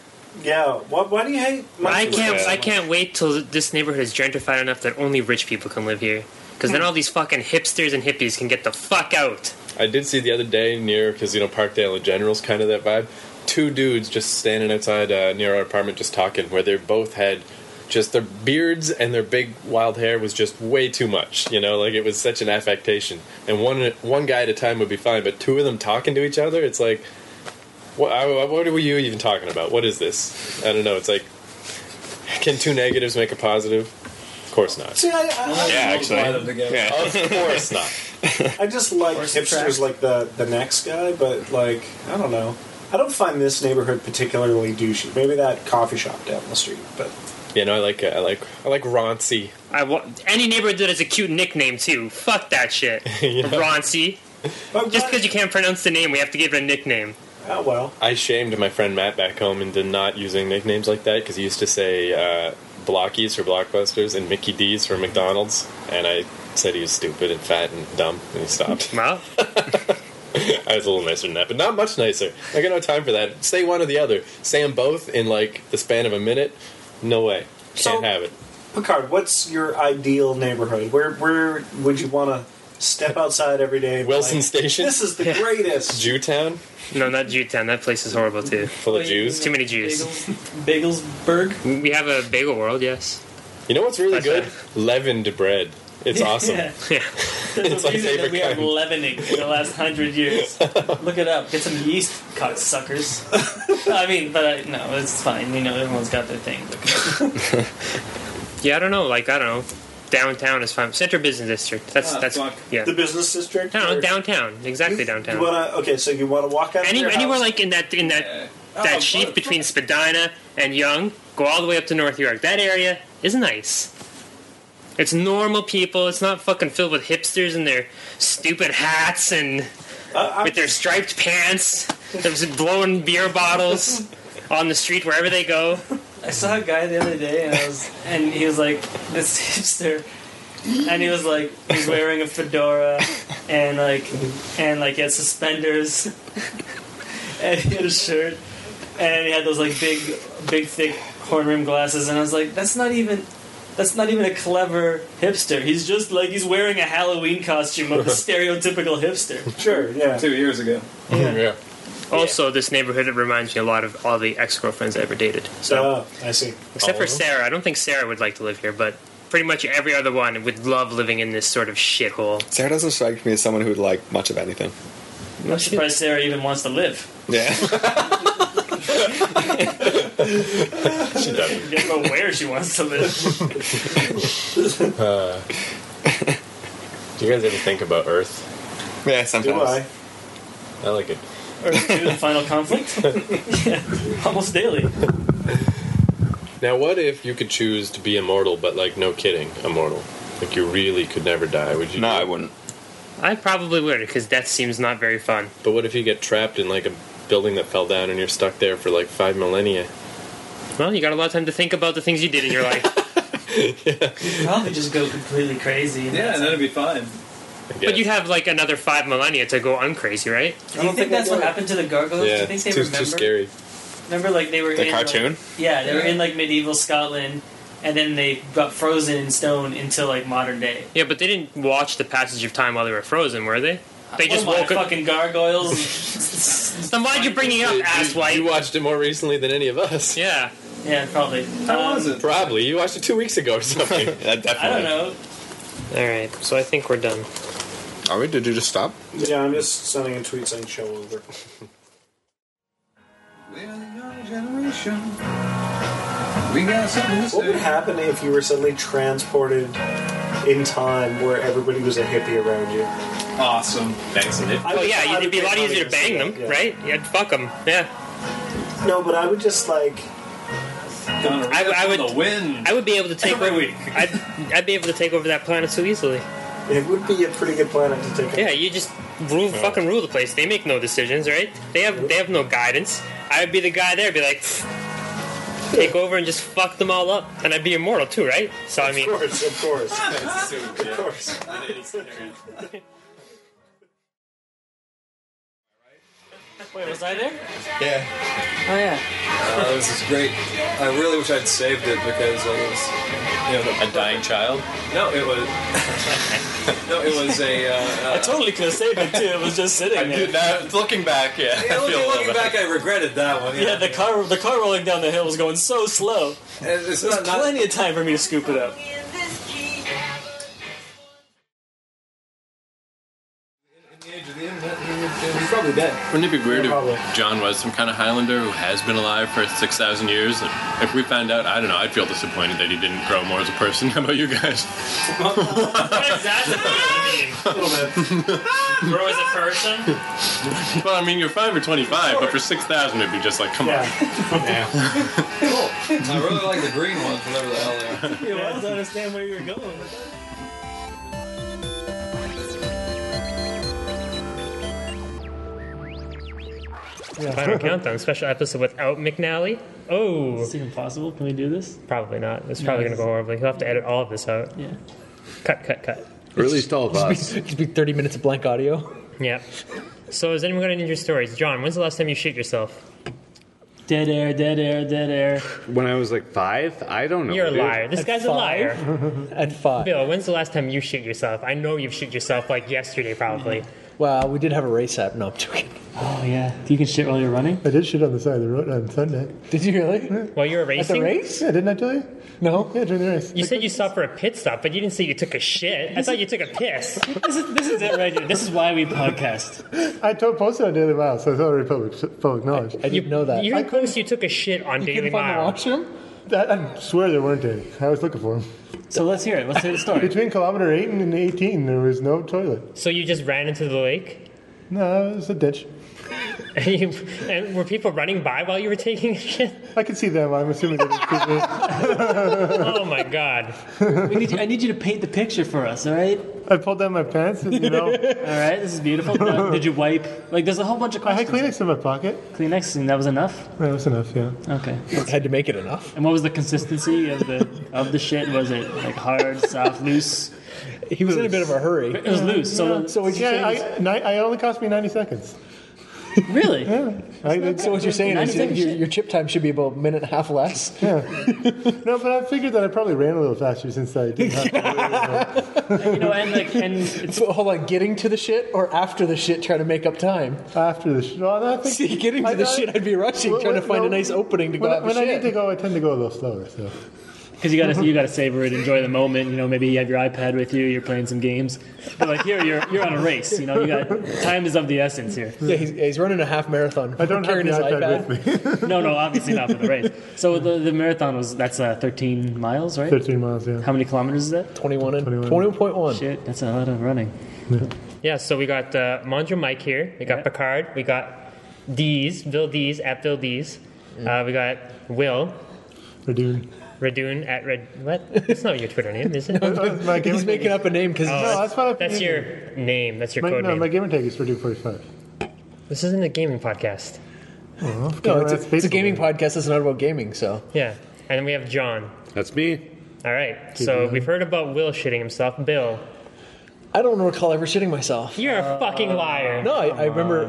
Yeah. What? Why do you hate?
I
mushrooms
can't,
so
I
much?
can't wait till this neighborhood is gentrified enough that only rich people can live here. Because
Hmm.
then all these fucking hipsters and hippies can get the fuck out.
I did see the other day near because you know Parkdale and General's kind of that vibe. Two dudes just standing outside uh, near our apartment, just talking, where they both had just their beards and their big wild hair was just way too much. You know, like it was such an affectation. And one one guy at a time would be fine, but two of them talking to each other, it's like, what? I, what are you even talking about? What is this? I don't know. It's like, can two negatives make a positive? Of course not.
See, I, I, I,
Of course not.
I just like hipsters like the the next guy, but like I don't know. I don't find this neighborhood particularly douchey. Maybe that coffee shop down the street, but
You know, I like uh, I like I like Rauncey.
I wa- any neighborhood that has a cute nickname too. Fuck that shit, Rauncey. Just because you can't pronounce the name, we have to give it a nickname.
oh well.
I shamed my friend Matt back home into not using nicknames like that because he used to say uh, Blockies for Blockbusters and Mickey D's for McDonald's, and I said he was stupid and fat and dumb, and he stopped.
Well,
I was a little nicer than that, but not much nicer. I got no time for that. Say one or the other. Say them both in like the span of a minute. No way. Can't
So-
have it.
Picard, what's your ideal neighborhood? Where where would you want to step outside every day? and be
Wilson
like,
Station?
This is the greatest.
Jewtown,
no, not Jewtown. That place is horrible too.
full of Jews.
Too many Jews.
Bagelsburg.
We have a Bagel World, yes.
You know what's really
That's
good?
it.
Leavened bread. It's awesome.
Yeah.
Yeah.
It's
There's a
my
reason that
favorite
we have
kind.
leavening in the last hundred years. Look it up. Get some yeast. cocksuckers. suckers. I mean, but I, no, it's fine. You know, everyone's got their thing.
Yeah, I don't know. Like I don't know. Downtown is fine. Central business district. That's
Ah,
that's
fuck.
yeah.
The business district.
No,
or-
downtown. Exactly downtown.
You wanna okay? So you wanna walk out of
Any,
your
anywhere
house-
like in that in that
Oh,
that sheath between Spadina and Young, go all the way up to North York. That area is nice. It's normal people. It's not fucking filled with hipsters and their stupid hats and with their striped pants. They're just blowing beer bottles on the street wherever they go.
I saw a guy the other day, and I was, and he was like this hipster, and he was like he's wearing a fedora, and like and like he had suspenders, and he had a shirt, and he had those like big, big thick horn rim glasses, and I was like, that's not even. That's not even a clever hipster. He's just like he's wearing a Halloween costume of the stereotypical hipster.
Sure, yeah.
Two
years ago.
yeah.
Also, this neighborhood it reminds me a lot of all the ex girlfriends I ever dated. So,
Oh, I see.
except for Sarah, I don't think Sarah would like to live here, but pretty much every other one would love living in this sort of shithole.
Sarah doesn't strike me as someone who would like much of anything.
I'm surprised Sarah even wants to live.
Yeah.
she doesn't. know where she wants to live.
Uh, do you guys ever think about Earth?
Yeah,
sometimes. I?
I like it.
or do the final conflict. yeah, almost daily.
Now, what if you could choose to be immortal, but like, no kidding, immortal? Like, you really could never die, would you? No, I
wouldn't.
I probably would, because death seems not very fun.
But what if you get trapped in like a building that fell down and you're stuck there for like five millennia?
Well, you got a lot of time to think about the things you did in your life.
Probably just go completely crazy.
Yeah,
and
that'd be fine. But you'd have like another five millennia to go uncrazy, right?
Do you think that's what happened to the gargoyles? Do you think they remember? Remember, like they were
The
in, like-
cartoon?
yeah, they were
Yeah.
in like medieval Scotland, and then they got frozen in stone until like modern day.
Yeah, but they didn't watch the passage of time while they were frozen, were they? They
What
just
am I,
woke up.
fucking gargoyles.
Then why'd you bring it up, asswipe?
You watched it more recently than any of us.
Yeah.
Yeah, probably.
How was it? Probably. You watched it two weeks ago or something.
I don't know.
All right, so I think we're done.
Are we? Did you just stop?
Yeah, I'm just sending a tweet saying show over.
generation.
We got something What would happen if you were suddenly transported in time where everybody was a hippie around you?
Awesome. Thanks, Nick.
Oh yeah, it'd be a lot easier to bang them, right? Yeah, fuck them. Yeah.
No, but I would just like.
I, I would I would be able to take
Every
over. I'd, I'd be able to take over that planet so easily.
It would be a pretty good planet to take. over.
Yeah, you just rule, fucking rule the place. They make no decisions, right? They have they have no guidance. I would be the guy there, be like, take over and just fuck them all up, and I'd be immortal too, right? So I mean,
Of course, of course.
of
course.
Wait, was I there?
Yeah.
Oh yeah.
Uh, this is great. I really wish I'd saved it because I was, you know, the, a dying child. No, it was. no, it was a. Uh,
I totally could have saved it too. It was just sitting there.
looking back, yeah.
Yeah, looking- looking back,
I regretted that one.
yeah. the car the car rolling down the hill was going so slow.
It's
There's plenty of time for me to scoop it up.
He's probably dead.
Wouldn't it be weird if John was some kind of Highlander who has been alive for 6,000 years? And if we found out, I don't know, I'd feel disappointed that he didn't grow more as a person. How about you guys?
Grow as a person?
well, I mean, you're fine for 25, but for 6,000, it'd be just like, come on.
I really like the green ones, whatever the hell they are.
Yeah, I don't understand where you were going.
Final countdown special episode without McNally. Oh,
Is it impossible? Can we do this?
Probably not. It's
No,
probably
it's-
gonna go horribly. He'll have to edit all of this out.
Yeah.
Cut, cut, cut.
Or at least all of us.
It's be thirty minutes of blank audio. Yeah. So is anyone going to need your stories, John? When's the last time you shit yourself?
Dead air, dead air, dead air. When I was like five, I don't know.
You're a
dude.
liar. This guy's a liar.
At five.
Bill, when's the last time you shit yourself? I know you've shit yourself like yesterday, probably.
Mm-hmm. Well, we did have a race app. No, I'm joking.
Oh yeah. You can shit while you're running.
I did shit on the side of the road on Sunday.
Did you really?
While you were racing.
Yeah, didn't I tell you?
No.
Yeah, during the race.
You said you stopped for a pit stop, but you didn't say you took a shit. I thought you took a piss.
This is, this is
it right here. This is why we podcast.
I told posted on Daily Mail, so it's already public public knowledge. I,
you, You didn't post you took a shit on Daily Mail.
I, I swear there weren't any. I was looking for them.
So let's hear it. Let's hear the story.
Between kilometer eight and eighteen, there was no toilet.
so you just ran into the lake,
No, it was a ditch.
and, you, and were people running by while you were taking a shit?
I could see them. I'm assuming they didn't see me.
oh my god!
We
need I need you to paint the picture for us. All right.
I pulled down my pants, and you know.
All right, this is beautiful. Now, did you wipe? Like, there's a whole bunch of questions.
I had Kleenex in my pocket.
Kleenex, and that was enough.
That was enough. Yeah.
Okay.
had to make it enough.
And what was the consistency of the of the shit? Was it like hard, soft, loose?
He was in a bit of a hurry.
It was loose. So,
yeah, yeah, I, ni- I only cost me ninety seconds.
really?
Yeah.
so what you're saying is
Ninety
your, your chip time should be about a minute and a half less.
no, but I figured that I probably ran a little faster since I did.
you know, and like, and
so, hold on, getting to the shit or after the shit, trying to make up time.
After the shit, well, I think
see, getting to the shit, I'd be rushing,
Well,
trying to
well,
find a
no.
nice opening to go
when,
have a
when I
shit.
need to go, I tend to go a little slower. So
Because you gotta you gotta savor it, enjoy the moment. You know, maybe you have your iPad with you, you're playing some games. But like here, you're you're on a race. You know, you got time is of the essence here.
yeah, he's, he's running a half marathon. I don't carrying his iPad.
no, no, obviously not for the race. So the, the marathon was that's uh, 13 miles, right?
13 miles, yeah.
How many kilometers is that?
21 and
21.1. Shit, that's a lot of running.
Yeah, so we got uh, Mondra Mike here. We got Picard. We got Dees, Bill Dees at Bill Dees.
Mm.
Uh, we got Will.
Redoon.
Redoon at Red. What? That's not your Twitter name, is it?
he's making up a name because
Oh,
no, that's what I've
that's
been
your
using.
name. That's your
my,
code
no,
name.
my game and take is for Doom 45.
This isn't a gaming podcast.
Oh,
no, it's a, it's a gaming podcast. It's not about gaming, so
Yeah, and then we have John.
That's me.
All right. so we've heard about Will shitting himself. Bill,
I don't recall ever shitting myself.
you're a fucking liar.
No, I, I remember.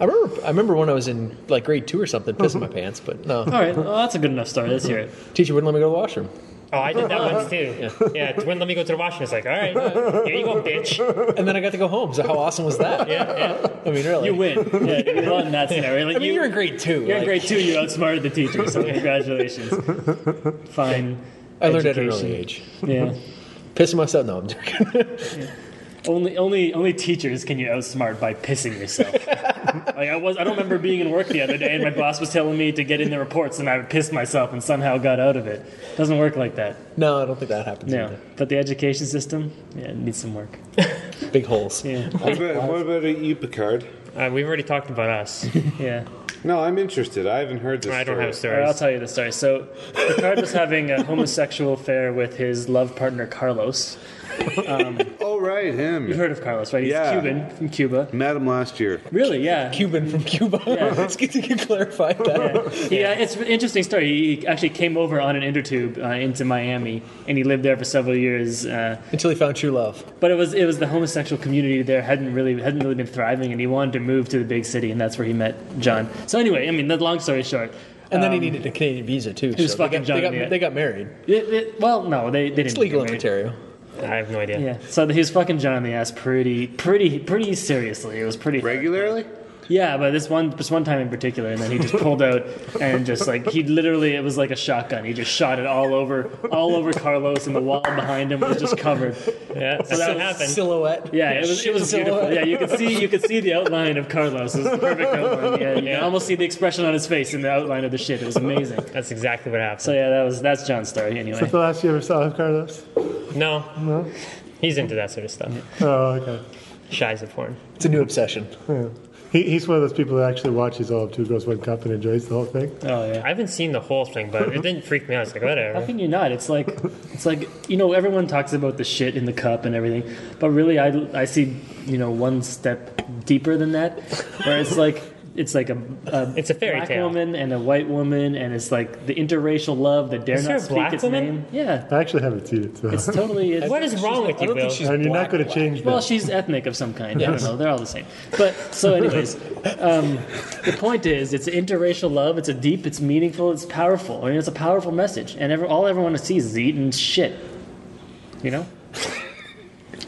I remember. I remember when I was in like grade two or something, pissing my pants. But no. All
right, well, that's a good enough story. Let's hear it.
Teacher wouldn't let me go to the washroom.
Oh, I did that once too. Yeah, twin, let me go to the washroom. It's like, all right, well, here you go, bitch.
And then I got to go home. So how awesome was that?
Yeah, yeah.
I mean, really.
You win. Yeah, you won that scenario. Like,
I mean,
you,
you, are in grade two.
You're in
like-
grade two. You outsmarted the teacher. So congratulations. Fine.
I learned at an
education.
early age.
Yeah.
Pissing myself? No, I'm joking.
Only, only, only teachers can you outsmart by pissing yourself. like I was, I don't remember being in work the other day, and my boss was telling me to get in the reports, and I pissed myself and somehow got out of it. Doesn't work like that.
No, I don't think that happens.
No, but the education system, yeah, it needs some work.
Big holes.
Yeah.
What about, what about you, Picard?
Uh, we've already talked about us.
Yeah.
No, I'm interested. I haven't heard this. story.
All right, I'll tell you the story. So, Picard was having a homosexual affair with his love partner Carlos. Um,
oh right, him.
You've heard of Carlos, right? He's
Yeah.
Cuban from Cuba.
Met him last year.
Really? Yeah.
Cuban from Cuba. It's good to clarify that.
Yeah, it's an interesting story. He actually came over on an intertube uh, into Miami, and he lived there for several years. Uh,
Until he found true love.
but it was it was the homosexual community there hadn't really hadn't really been thriving, and he wanted to move to the big city, and that's where he met John. So anyway, I mean, the long story short.
And then he
um,
needed a Canadian visa too.
He was
so
fucking
they got, they
Johnny
got,
Depp.
they got married.
It- it- well, no, they, they didn't.
It's legal
get
in
married.
Ontario.
I have no idea.
Yeah. So he was fucking John in the ass pretty, pretty, pretty seriously. It was pretty
regularly.
Yeah, but this one, this one time in particular, and then he just pulled out and just like he literally, it was like a shotgun. He just shot it all over, all over Carlos, and the wall behind him was just covered.
Yeah,
so that happened.
Silhouette.
Yeah, it was it was beautiful. Yeah, you could see you could see the outline of Carlos. It was the perfect outline. Yeah, you can almost see the expression on his face in the outline of the shit. It was amazing.
That's exactly what happened.
So yeah, that was that's John's story
Is
anyway.
that the last you ever saw of Carlos?
No. No. He's into that sort of stuff.
Oh, okay.
Shies of porn.
It's a new obsession.
Yeah. He, he's one of those people that actually watches all of Two Girls One Cup and enjoys the whole thing.
Oh yeah.
I haven't seen the whole thing, but it didn't freak me out. It's like
How
whatever.
can you not? It's like it's like you know everyone talks about the shit in the cup and everything, but really I I see you know one step deeper than that, where it's like it's like a, a it's a
fairy
black
tale.
woman and a white woman and it's like the interracial love that dare
Is there
not
a
speak
black
its
woman?
name. Yeah,
I actually haven't seen it. So.
it's totally. It's,
What is wrong with you, Bill?
and you're not going to change
Well,
that.
she's ethnic of some kind. I
Yes.
don't know. They're all the same. But so, anyways, um, the point is, it's interracial love. It's a deep. It's meaningful. It's powerful. I mean, it's a powerful message. And every, all everyone sees is eating shit. You know.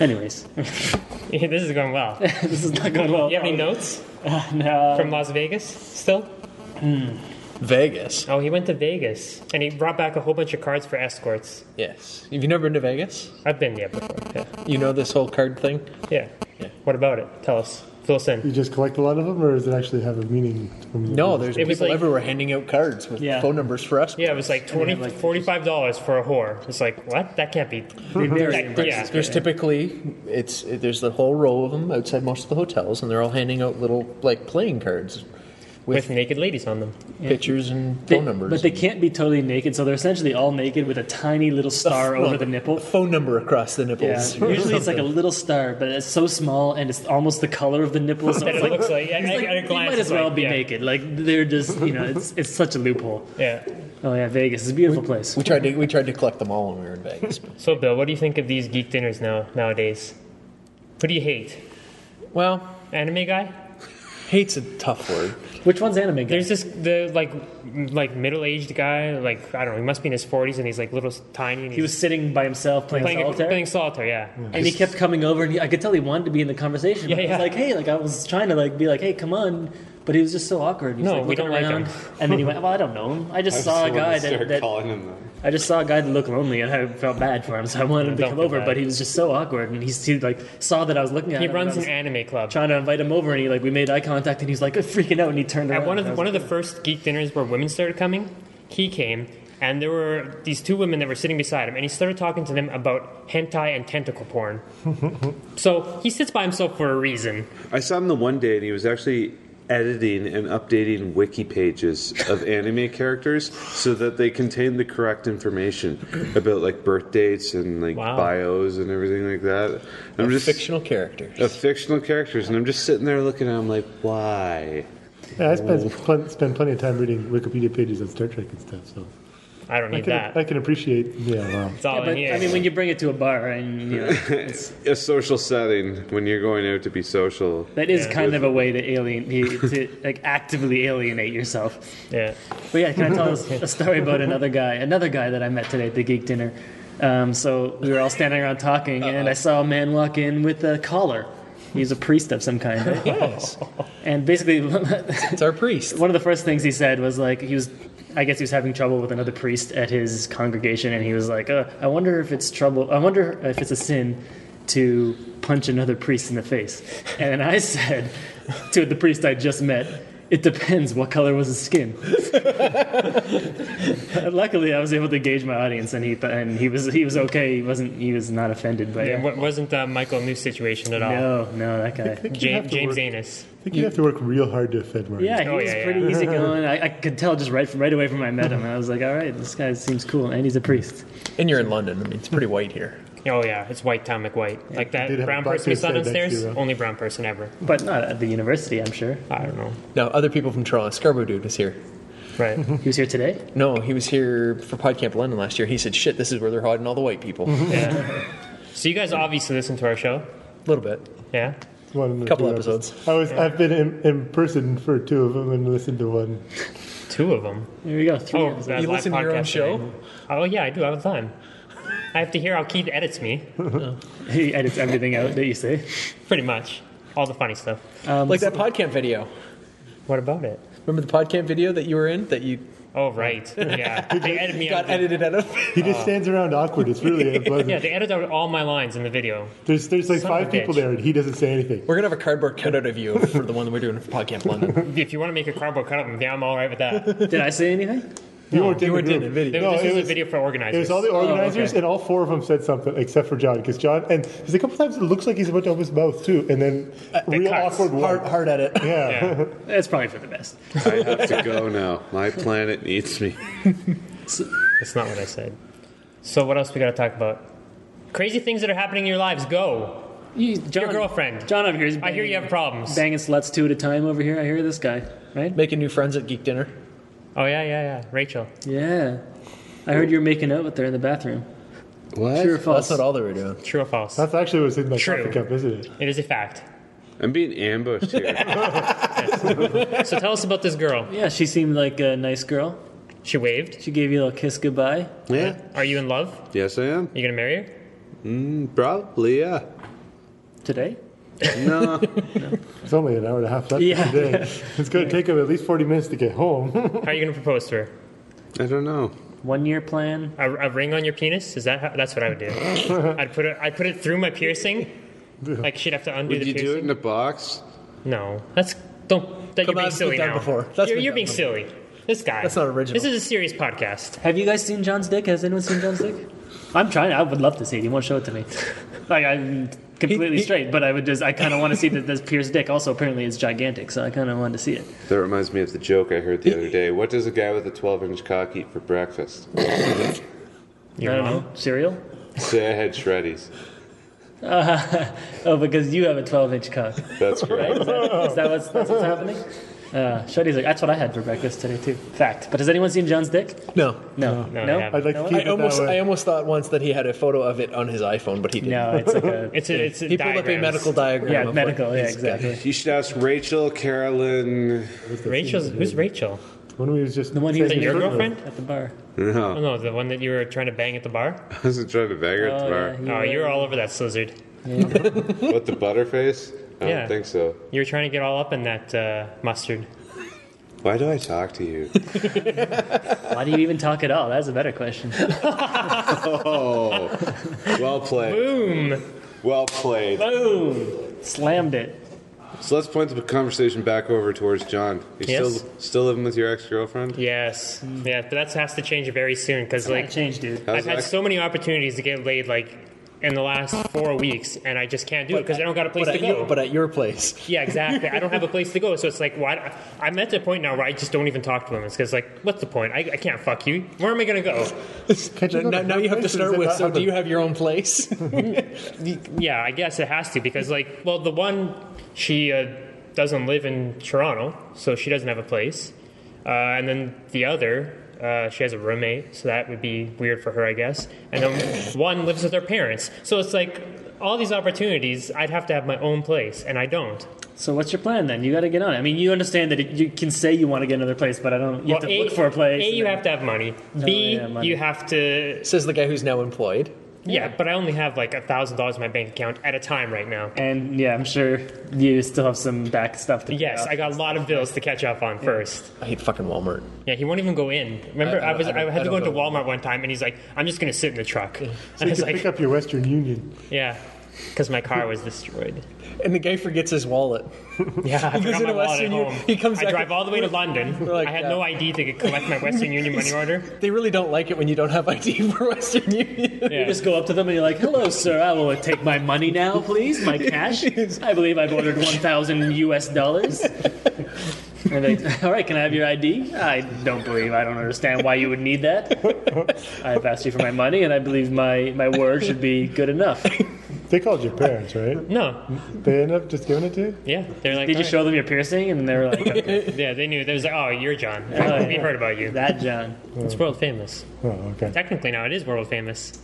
anyways,
this is going well.
this is not going well.
You have any notes?
no.
From Las Vegas still?
Hmm.
Vegas.
Oh, he went to Vegas and he brought back a whole bunch of cards for escorts.
Yes. Have you never been to Vegas?
I've been there before. Yeah.
You know this whole card thing?
Yeah. What about it? Tell us. Fill us in.
You just collect a lot of them, or does it actually have a meaning?
No, there's
It was
people
like-
everywhere handing out cards with
Yeah.
phone numbers for us.
Yeah, it was like twenty, forty-five dollars for a whore. It's like what? That can't be. That- yeah.
There's typically it's it, there's the whole row of them outside most of the hotels, and they're all handing out little like playing cards
With naked ladies on them,
Yeah.
pictures and phone
They-
numbers.
But they can't be totally naked, so they're essentially all naked with a tiny little star
well,
over the nipple.
phone number across the
Yeah.
nipples. or
Usually it's like a
something.
little star, but it's so small and it's almost the color of the nipple. So
That
it's
it
like,
looks like- yeah,
it's
at- at a
you
glance,
might as
it's
well
like,
be
yeah.
naked. Like they're just, you know, it's it's such a loophole.
Yeah.
Oh yeah, Vegas is a beautiful place.
We tried to we tried to collect them all when we were in Vegas.
So, Bill, what do you think of these geek dinners now nowadays? What do you hate?
Well,
anime guy.
Hate's a tough word.
Which one's anime guy?
There's this the like m- like middle aged guy. Like I don't know. He must be in his forties, and he's like little s- tiny. And
He was sitting by himself playing,
playing
solitaire. Hmm.
Playing solitaire, yeah.
and he kept coming over, and he, I could tell he wanted to be in the conversation. but
Yeah,
I was
yeah.
like, hey, like I was trying to like be like, hey, come on, but he was just so awkward. He was
No,
like,
we
looking
don't like
around,
him.
And then he went, well, I don't know him. I just saw a guy that, that I just saw a guy that looked lonely, and I felt bad for him, so I wanted him to
Don't
come
feel
over.
bad.
But he was just so awkward, and he's he like saw that I was looking at
He
him.
runs
and
an
I was
anime club.
Trying to invite him over, and he like we made eye contact, and he's like freaking out, and he turned around.
At one of the,
and I was
one of
like,
the first geek dinners where women started coming, he came, and there were these two women that were sitting beside him, and he started talking to them about hentai and tentacle porn.
Mm-hmm.
So he sits by himself for a reason.
I saw him the one day, and he was actually editing and updating wiki pages of anime characters so that they contained the correct information about like birth dates and like
Wow.
bios and everything like that. And I'm just
fictional characters.
Of fictional characters, and I'm just sitting there looking at him like, why?
Yeah, I spend pl- spend plenty of time reading Wikipedia pages on Star Trek and stuff, so
I don't
I
need
can,
that.
I can appreciate. Yeah, wow.
all
yeah, but,
in
I mean, when you bring it to a bar, and you know,
a social setting when you're going out to be social.
that is kind of a way to alien to like actively alienate yourself.
Yeah.
But yeah, can I tell us a story about another guy? Another guy that I met today at the geek dinner. Um, so we were all standing around talking, and I saw a man walk in with a collar. He's a priest of some kind. Right? yes. And basically, it's
our priest.
One of the first things he said was like he was. I guess he was having trouble with another priest at his congregation, and he was like, uh, "I wonder if it's trouble. I wonder if it's a sin to punch another priest in the face." And I said to the priest I just met, "It depends. What color was his skin?" And Luckily, I was able to gauge my audience, and he th- and he was he was okay. He wasn't he was not offended by
It
it.
wa- wasn't uh, Michael New situation at all.
No, no, that guy.
James,
you'd have to
James
work-
Anus.
I think you have to work real hard to offend Marty.
Oh, Yeah, he was pretty easygoing. I, I could tell just right from right away from when I met him. I was like, all right, this guy seems cool, and he's a priest.
And you're in London. I mean, it's pretty white here.
Oh yeah, it's white Tom McWhite. like
did
that
have a
brown
black
person we
dude
saw
sitting next to you,
downstairs,
though.
only brown person ever.
But not at the university, I'm sure.
I don't know.
Now, other people from Toronto, Scarborough dude was here.
Right.
he was here today?
No, he was here for PodCamp London last year. He said, shit, this is where they're hiding all the white people.
Yeah. so you guys obviously listen to our show.
A little bit.
Yeah.
One or
Couple
two
episodes.
I was. I've been in, in person for two of them and listened to one.
Two of them.
There we go.
Oh, that live podcast thing. Oh yeah, I do all the time. I have to hear how Keith edits me.
he edits everything out that you say. Um,
Pretty much, all the funny stuff.
like that PodCamp video.
What about it?
Remember the PodCamp video that you were in? That you
Oh right, yeah. They edit me
got
out.
edited out of?
He just
Oh.
stands around awkward. It's really unpleasant.
Yeah, they edit out all my lines in the video.
There's there's like
Son of a
five people
bitch.
there and he doesn't say anything.
We're going to have a cardboard cutout of you for the one that we're doing for PodCamp London.
If you want to make a cardboard cutout, yeah, I'm all right with that.
Did I say anything? Oh,
You weren't in the
weren't in
group.
the video.
No,
this
it
is
was-
a video for organizers. Oh,
It was all the organizers, and all four of them said something except for John, because John and there's a couple times it looks like he's about to open his mouth too, and then
Uh,
real awkward
hard,
one.
hard edit.
Yeah.
That's probably for the best.
I have to go now. My planet needs me.
That's not what I said. So what else we got to talk about? Crazy things that are happening in your lives. Go.
You, John,
Your girlfriend.
John over here is
I hear you have problems.
banging sluts two at a time over here. I hear this guy, right?
Making new friends at geek dinner.
Oh yeah, yeah, yeah. Rachel.
Yeah. I heard you were making out with her in the bathroom.
What?
True or false?
That's not all they were doing.
True or false?
That's actually what's in the
True.
coffee cup, isn't it?
It is a fact.
I'm being ambushed here.
So tell us about this girl.
Yeah, she seemed like a nice girl.
She waved.
She gave you a little kiss goodbye.
yeah.
Are you in love?
Yes, I am.
You gonna marry her?
Mm, probably, yeah.
Today?
No.
It's only an hour and a half left
Yeah.
yeah. today. It's going to take him at least 40 minutes to get home.
How are you going to propose to her?
I don't know.
One year plan. A, a ring on your penis? Is that how, that's what I would do? I'd put it. I'd put it through my piercing. Like she'd have to undo
Would
the
you
piercing.
do it in a box?
No. That's don't. That you're being
that's
silly
been done
now.
before.
That's
you're
been
you're
done
being
before.
silly. This guy.
That's not original.
This is a serious podcast.
Have you guys seen John's dick? Has anyone seen John's dick? I'm trying. I would love to see it. He won't show it to me. Like I'm completely straight, but I would just. I kind of want to see that this Pierce dick also apparently is gigantic, so I kind of wanted to see it.
That reminds me of the joke I heard the other day. What does a guy with a 12 inch cock eat for breakfast?
I don't know cereal.
Say I had Shreddies.
Uh, oh, because you have a 12 inch cock.
That's
Right?
correct.
Is that, is that what's, that's what's happening? Uh, Shuddy's like, that's what I had for breakfast today too. Fact. But has anyone seen John's dick?
No.
No. No. No?
I'd like to
No?
keep I almost, I almost thought once that he had a photo of it on his iPhone, but he didn't.
No, it's like a-
It's a- it's a
he pulled up a
diagrams.
medical diagram.
Yeah,
of what
medical, yeah,
he's got.
exactly.
You should ask Rachel, Carolyn.
Rachel's. Who's Rachel?
When we was just
The one
who
who was your girlfriend
at the bar.
Oh,
No,
no, the one that you were trying to bang at the bar.
I wasn't trying to bang her at the
oh,
bar.
you were all over that slizzard.
What the butterface? I
Yeah.
don't think so.
You were trying to get all up in that uh, mustard.
Why do I talk to you?
Why do you even talk at all? That's a better question.
oh, well played.
Boom.
Well played.
Boom. Slammed it.
So let's point the conversation back over towards John. You
Yes.
still still living with your ex girlfriend?
Yes, yeah, but that has to change very soon because like
change, dude.
How's
I've had
that-
so many opportunities to get laid like in the last four weeks, and I just can't do it because I don't got a place
but
to
at
go.
your- but at your place.
yeah, exactly. I don't have a place to go, so it's like, why? I'm at the point now where I just don't even talk to women because like, what's the point? I, I can't fuck you. Where am I gonna go?
Now, now- now you have to start with. So, do you have your own place?
yeah, I guess it has to because, like, well, the one she uh, doesn't live in Toronto, so she doesn't have a place, uh, and then the other. Uh, she has a roommate, so that would be weird for her, I guess. And then one lives with her parents, so it's like all these opportunities. I'd have to have my own place, and I don't.
So what's your plan then? You got to get on it. I mean, you understand that it, you can say you want to get another place, but I don't. You have
Well,
to look for a place.
A,
and
you
then-
have to have money.
No,
B,
yeah, money.
you have to.
Says the guy who's now employed.
Yeah, but I only have like a thousand dollars in my bank account at a time right now.
And yeah, I'm sure you still have some back stuff to. pay
Yes,
off.
I got a lot of bills to catch up on first.
I hate fucking Walmart.
Yeah, he won't even go in. Remember,
I- I
I, was
don't- I
I,
don't-
had
I
to go
don't
into
go in.
Walmart one time, and he's like, "I'm just going to sit in the truck."
So
And I
you
was
can
like,
pick up your Western Union.
"Yeah," because my car was destroyed.
And the guy forgets his wallet.
Yeah, I
He goes
forgot my
into
wallet
Western
at
Union.
home.
He comes.
I
back
drive all the way to London.
We're like,
I had
yeah.
no ID to get- collect my Western Union money order.
They really don't like it when you don't have ID for Western Union.
You just go up to them and you're like, "Hello, sir. I will take my money now, please. My cash. I believe I've ordered one thousand U.S. dollars." And they, all right, can I have your ID? I don't believe. I don't understand why you would need that. I've asked you for my money, and I believe my my word should be good enough.
They called your parents, right?
No.
They end up just giving it to you?
Yeah, they're like,
Did you
"All right."
show them your piercing? And they were like,
Yeah, they knew. They was like, "Oh, you're John.
Oh,
we
yeah.
heard about you."
That John.
Hmm.
It's world famous.
Oh, okay.
Technically, now it is world famous.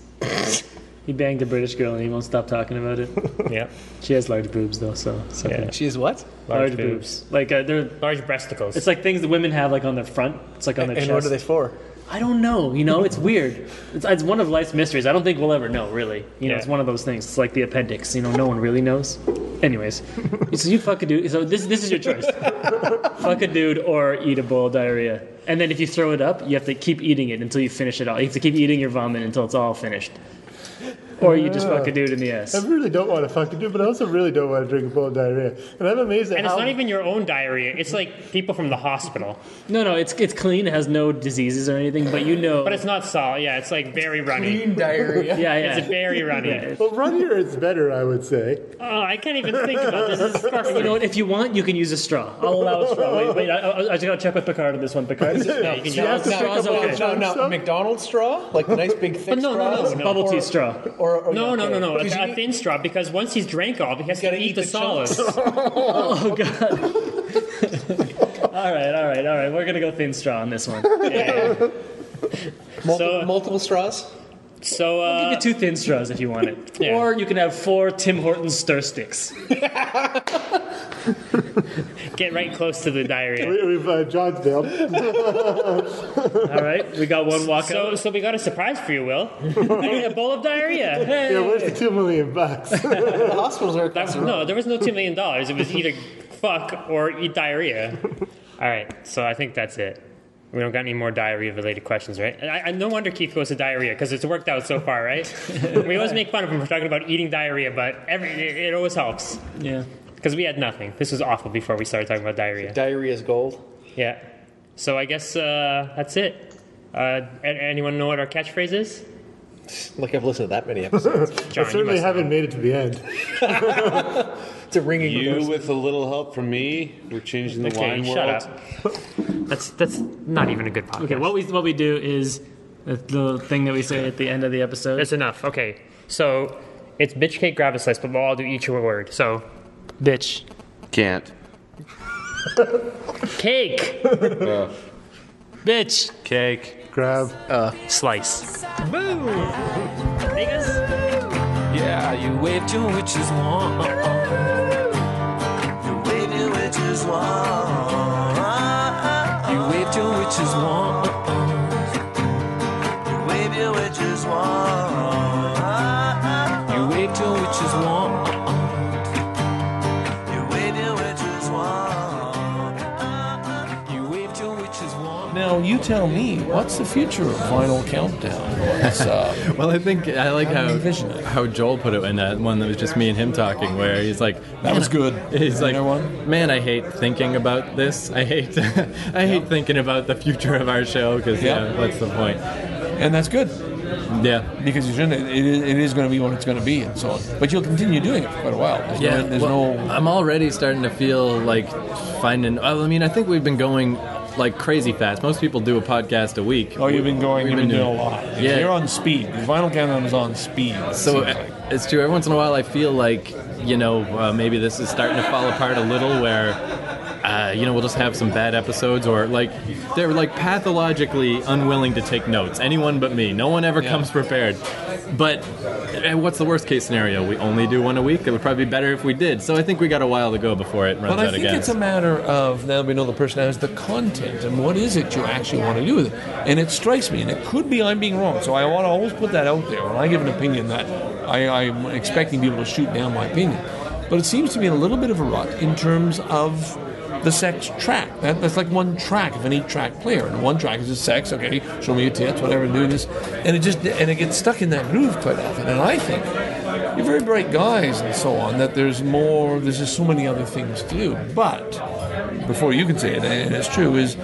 He banged a British girl and he won't stop talking about it.
yeah.
She has large boobs though, so something.
She is what?
Large, boobs. Like uh, they're
large breasticles.
It's like things that women have like on their front. It's like on their
And
chest.
what are they for?
I don't know. You know, it's weird. It's, it's one of life's mysteries. I don't think we'll ever know, really. You know,
Yeah.
it's one of those things. It's like the appendix. You know, no one really knows. Anyways, so you fuck a dude. So this this is your choice: fuck a dude or eat a bowl of diarrhea. And then if you throw it up, you have to keep eating it until you finish it all. You have to keep eating your vomit until it's all finished. Or you just fuck a dude in the ass.
I really don't want to fuck a dude, but I also really don't want to drink a bowl of diarrhea. And I'm amazed at
And
how
it's not even your own diarrhea. It's like people from the hospital.
No, no, it's it's clean. It has no diseases or anything. But you know,
But it's not solid. Yeah, it's like very runny.
Clean diarrhea.
Yeah, yeah.
It's very runny.
Well, runnier is better, I would say.
Oh, I can't even think about this. This is disgusting.
You know
Ah.
what? If you want, you can use a straw. I'll allow a straw. Wait, wait. I, I, I just gotta check with Picard on this one. Picard, is it-
No,
you can
straw-
use- straws
no,
are
no,
okay.
no, no, McDonald's straw, like the nice big thick
But no, no, no,
straws?
no.
Bubble tea
Or-
straw.
Or, or
No, no, no, no. A,
Because you
a thin straw because once he's drank all, he has to eat, the, solids.
Oh god. all right, all right, all right. We're gonna go thin straw on this one.
multi- multiple straws.
So uh,
Give you two thin straws if you want it, or you can have four Tim Hortons stir sticks.
Get right close to the diarrhea.
We, we've uh, John's nailed.
All right, we got one walk so, So we got a surprise for you, Will. I need a bowl of diarrhea. Hey.
Yeah, where's the two million bucks?
The
hospitals are
That- no, there was no two million dollars. It was either fuck or eat diarrhea. All right, so I think that's it. We don't got any more diarrhea-related questions, right? And I, I, no wonder Keith goes to diarrhea because it's worked out so far, right? we always make fun of him for talking about eating diarrhea, but every it, it always helps
Yeah.
because we had nothing. This was awful before we started talking about diarrhea.
Diarrhea is gold.
Yeah. So I guess uh, that's it. Uh, a- anyone know what our catchphrase is?
Like I've listened to that many episodes.
John,
I
you
certainly
must
haven't made it to the end.
it's a ringing.
You,
reversal.
with a little help from me, we're changing the
Okay,
wine
shut
world.
up. That's that's not even a good podcast.
Okay, what we what we do is the, the thing that we say at the end of the episode.
That's enough. Okay, so it's bitch cake grab a slice, but we'll all do each a word. So, bitch
Can't.
cake,
Uh.
bitch
cake,
grab
uh, slice.
Boom!
Yeah, you wave to witches want. You wave to witches want. You wave to witches want. You wave to witches want. You wave to witches want. You wave to witches want. You wave to witches want.
Now you tell me, what's the future of Final Countdown? What's, uh,
well, I think I like
How do
how
you envision
how Joel put it in that one that was just me and him talking, where he's like, "That was good." He's like, "Man, I hate thinking about this. I hate, I hate thinking about the future of our show because
Yeah.
yeah, what's the point?"
and that's good.
Yeah,
because you shouldn't. It is, it is going to be what it's going to be, and so on. But you'll continue doing it for quite a while. There's
yeah,
no, there's
well,
no
I'm already starting to feel like finding. I mean, I think we've been going like crazy fast. Most people do a podcast a week.
Oh, you've been going.
We've
You've been doing a lot.
Yeah,
You're on speed. The Vinyl Countdown is on speed. it
So
seems like.
uh, it's true. Every once in a while, I feel like you know uh, maybe this is starting to fall apart a little. Where uh, you know we'll just have some bad episodes, or like they're like pathologically unwilling to take notes. Anyone but me. No one ever comes prepared. But uh, what's the worst case scenario? We only do one a week. It would probably be better if we did. So I think we got a while to go before it runs
But I
out
think
again.
it's a matter of now we know the person has the content and what is it you actually want to do with it. And it strikes me, and it could be I'm being wrong. So I want to always put that out there when I give an opinion that I, I'm expecting people to shoot down my opinion. But it seems to be in a little bit of a rut in terms of the sex track. That, that's like one track of an eight-track player, and one track is just sex. Okay, show me your tits, whatever, do this, and it just and it gets stuck in that groove quite often. And I think you're very bright guys and so on that there's more there's just so many other things to do but before you can say it and it's true is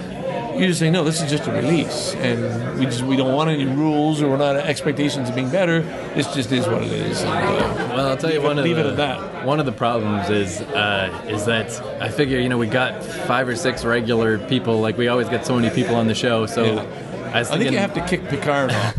you just say no this is just a release and we just we don't want any rules or we're not expectations of being better this just is what it is and, uh,
Well, I'll tell you
leave it-
one of
leave
the,
it at that
One of the problems is uh, is that I figure you know we got five or six regular people. Like we always get so many people on the show. So I,
I
was
think
thinking,
you have to kick Picard off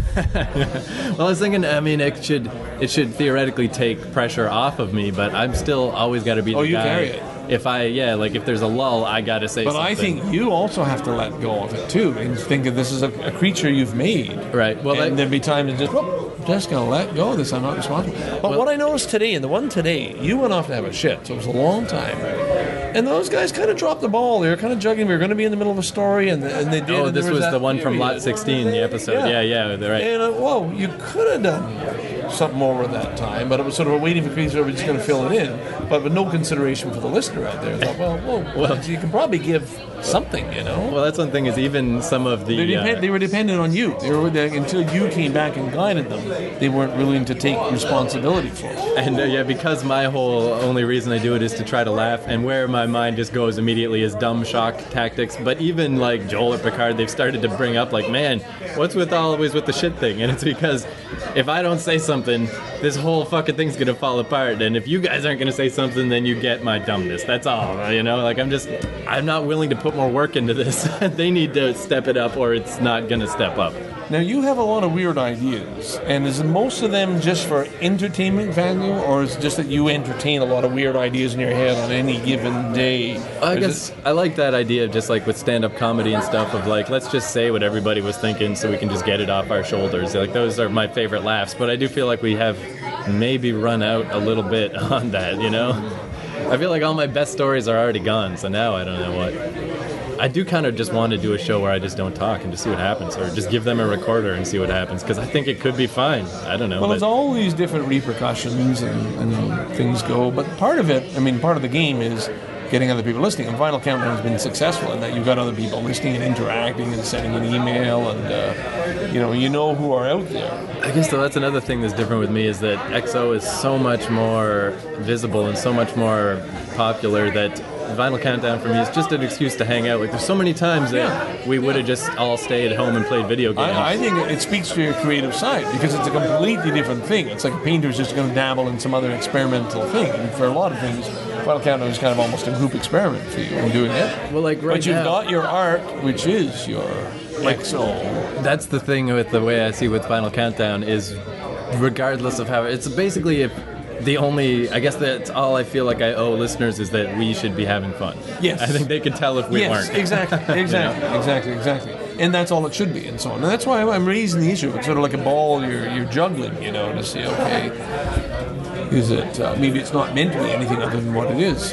well, I was thinking. I mean, it should it should theoretically take pressure off of me, but I'm still always got to be.
Oh,
the
you
guy.
carry it.
If I yeah, like if there's a lull, I got to say.
but
something.
I think you also have to let go of it too and think that this is a, a creature you've made
right well
and there'd be times it's just "Oh, I'm just gonna let go of this I'm not responsible but what I noticed today and the one today you went off to have a shit so it was a long time and those guys kind of dropped the ball they were kind of juggling we were going to be in the middle of a story and, and they did
Oh,
and
this
there
was
that
the one from
period.
Lot 16, the episode. Yeah, yeah, they're right.
and uh, whoa you could have done something more with that time but it was sort of a waiting for creatures we were just going to fill it in but with no consideration for the listener out there I thought, well whoa
Well-
you can probably give something you know
Well, that's one thing is even some of the.
they,
uh,
depend, they were dependent on you. They were, they, until you came back and guided them, they weren't willing to take responsibility for it.
And uh, yeah, because my whole only reason I do it is to try to laugh, and where my mind just goes immediately is dumb shock tactics. But even like Joel or Picard, they've started to bring up like, man, what's with always with the shit thing? And it's because if I don't say something, this whole fucking thing's gonna fall apart. And if you guys aren't gonna say something, then you get my dumbness. That's all, you know. Like I'm just, I'm not willing to put more work into this. they need to step it up, or it's not gonna step up.
Now you have a lot of weird ideas, and is most of them just for entertainment value, or is it just that you entertain a lot of weird ideas in your head on any given day?
I
Or is
guess I like that idea of just like with stand up comedy and stuff of like let's just say what everybody was thinking so we can just get it off our shoulders. Like those are my favorite laughs, but I do feel like we have maybe run out a little bit on that, you know?
it-
I feel like all my best stories are already gone, so now I don't know what. I do kind of just want to do a show where I just don't talk and just see what happens, or just give them a recorder and see what happens, because I think it could be fine. I don't know.
Well,
but
there's all these different repercussions and, and things go, but part of it, I mean, part of the game is getting other people listening. And Vinyl Countdown has been successful in that you've got other people listening and interacting and sending an email, and uh, you know, you know who are out there.
I guess though that's another thing that's different with me is that EXO is so much more visible and so much more popular that Vinyl Countdown for me is just an excuse to hang out. Like there's so many times that we would have just all stayed home and played video games.
I, I think it speaks to your creative side because it's a completely different thing. It's like a painter's just going to dabble in some other experimental thing. And for a lot of things, Final Countdown is kind of almost a group experiment for you in doing it.
Well, like right
But you've
now-
got your art, which is your EXO.
That's the thing with the way I see with Final Countdown is, regardless of how it's basically if the only I guess that's all I feel like I owe listeners is that we should be having fun.
Yes.
I think they could tell if we
yes,
weren't. You
exactly,
know?
exactly, exactly, exactly. And that's all it should be, and so on. And that's why I'm raising the issue. It's sort of like a ball you're, you're juggling, you know, to see, okay, is it, uh, maybe it's not meant to be anything other than what it is.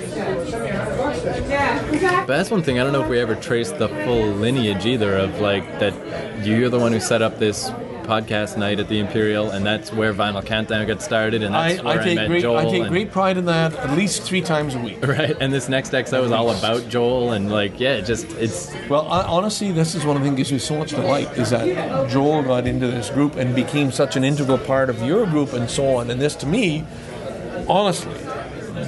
But that's one thing. I don't know if we ever traced the full lineage either of like that you're the one who set up this podcast night at the Imperial, and that's where Vinyl Countdown got started, and that's
I,
where
I,
I,
take
met
great,
Joel.
I take
and,
great pride in that at least three times a week.
Right, and this next XO was all about Joel, and like, yeah, it just it's.
Well, I, honestly, this is one of the things that gives you so much delight is that Joel got into this group and became such an integral part of your group and so on. And this, to me, honestly,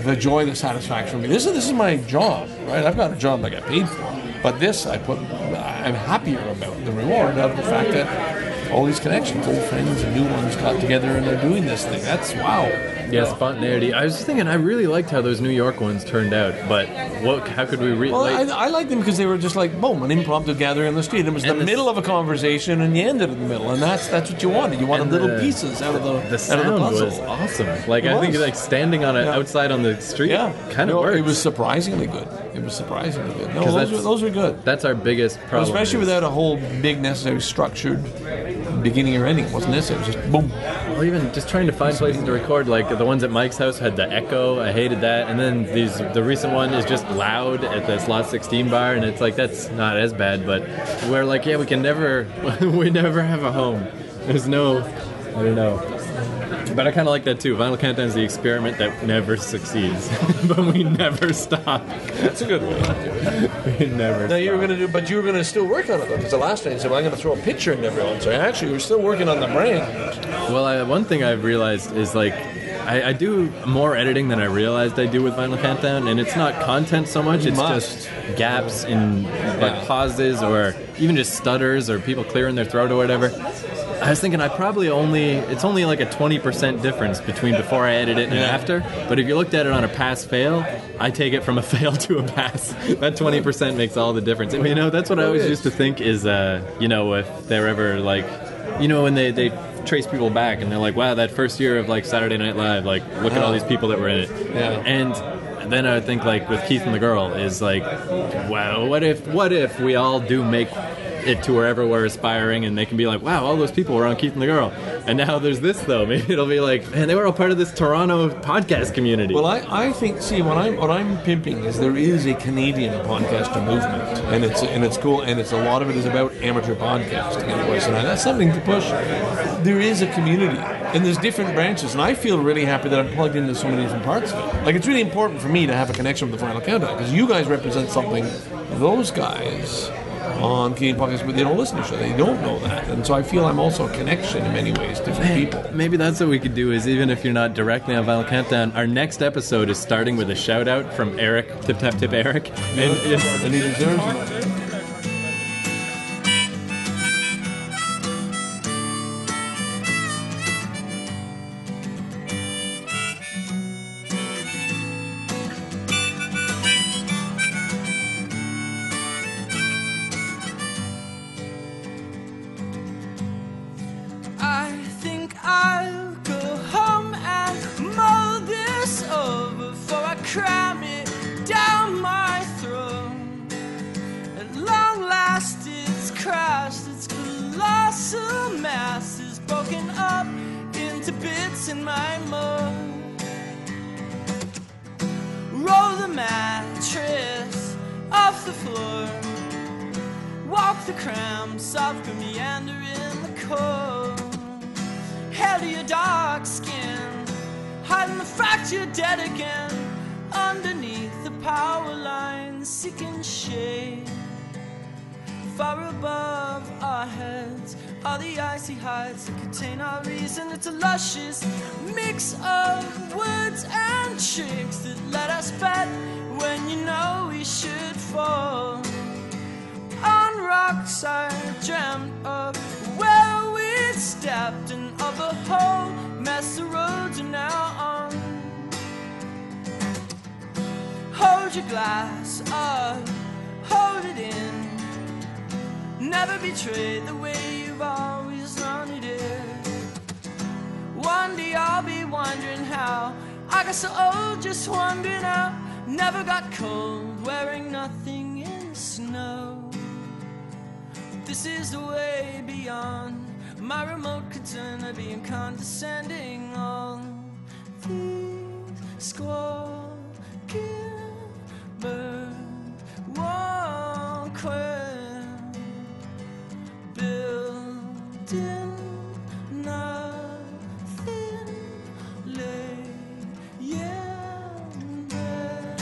the joy, the satisfaction. for me. This is this is my job, right? I've got a job I got paid for, but this I put. I'm happier about the reward of the fact that all these connections, old friends and new ones, got together and they're doing this thing. That's wow.
Yeah, spontaneity. I was just thinking, I really liked how those New York ones turned out, but what? How could we re?
Well,
like,
I, I liked them because they were just like boom, an impromptu gathering on the street. It was the
And the-
middle of a conversation, and you ended in the middle, and that's that's what you wanted. You wanted
And
little
the-
pieces out of the
the
out of
sound
the puzzle.
was awesome. Like
It
I think
was.
like standing on it
Yeah.
outside on the street,
Yeah.
kind of
No,
works.
It was surprisingly good. It was surprisingly good. No,
'Cause
those
that's-
were, those were good.
That's our biggest problem.
Especially
is-
without a whole big necessary structured beginning or ending. It wasn't necessary. It was just boom.
Or even just trying to find places to record. Like the ones at Mike's house had the echo. I hated that. And then these, the recent one is just loud at the slot 16 bar, and it's like that's not as bad. But we're like, yeah, we can never, we never have a home. There's no, I don't know. But I kind of like that too. Vinyl Countdown is the experiment that never succeeds, but we never stop.
That's a good one.
we never.
Now you were going to do, but you were going to still work on it though, because the last thing said, "Well, I'm going to throw a picture in everyone." So actually, you were still working on the brand.
Well, I, one thing I've realized is like I, I do more editing than I realized I do with Vinyl Countdown, and it's not content so much;
You
it's
must.
just gaps in like
Yeah.
pauses or even just stutters or people clearing their throat or whatever. I was thinking I probably only it's only like a twenty percent difference between before I edit it and
Yeah.
after. But if you looked at it on a pass fail, I take it from a fail to a pass. That twenty percent makes all the difference. And, you know, that's what I always used to think is uh, you know, if they're ever like you know, when they, they trace people back and they're like, Wow, that first year of like Saturday Night Live, like look at all these people that were in it.
Yeah.
And then I would think like with Keith and the Girl is like, Wow, what if what if we all do make it to wherever we're aspiring and they can be like, Wow, all those people were on Keith and the Girl. And now there's this though. Maybe it'll be like, Man, they were all part of this Toronto podcast community.
Well, I, I think see what I'm what I'm pimping is there is a Canadian podcaster movement, and it's and it's cool, and it's a lot of it is about amateur podcasting, anyways, and that's something to push. There is a community, and there's different branches, and I feel really happy that I'm plugged into so many different parts of it. Like it's really important for me to have a connection with the Final Countdown because you guys represent something. Those guys on Canadian podcasts, but they don't listen to each other. They don't know that, and so I feel I'm also a connection in many ways, to different people.
Maybe that's what we could do is even if you're not directly on Vinyl Countdown, our next episode is starting with a shout out from Eric, Tip Tap Tip Eric. And, it's-
and he deserves it.
I think I'll go home and mull this over before I cram it down my throat. At long last, it's crashed, its colossal mass is broken up into bits in my mug. Roll the mattress off the floor. Walk the cramps of meander in the cold. Hell to your dark skin. Hiding the fact you're dead again. Underneath the power line, seeking shade. Far above our heads are the icy heights that contain our reason. It's a luscious mix of words and tricks that let us bet when you know we should fall. On rocks I dreamt of where we stepped and of the whole mess the roads are now on. Hold your glass up, hold it in. Never betray the way you've always wanted it. One day I'll be wondering how I got so old, just wondering how. Never got cold, wearing nothing in the snow. This is the way beyond my remote concern of being condescending. All these squawking birds walk building nothing lay yonder.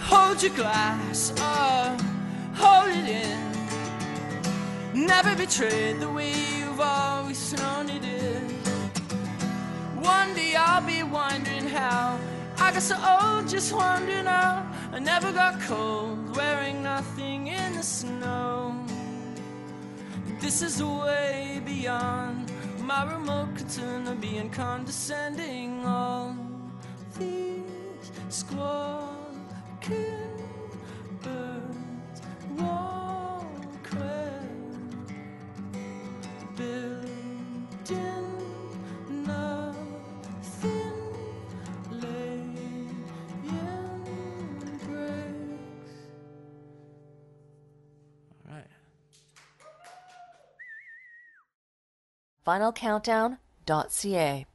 Hold your glass up, hold it in. Never betrayed the way you've always thrown it in. One day I'll be wondering how I got so old, just wondering how I never got cold, wearing nothing in the snow. This is the way beyond my remote concern of being condescending. All these squawking birds walk where building nothing lay in break.
FinalCountdown.ca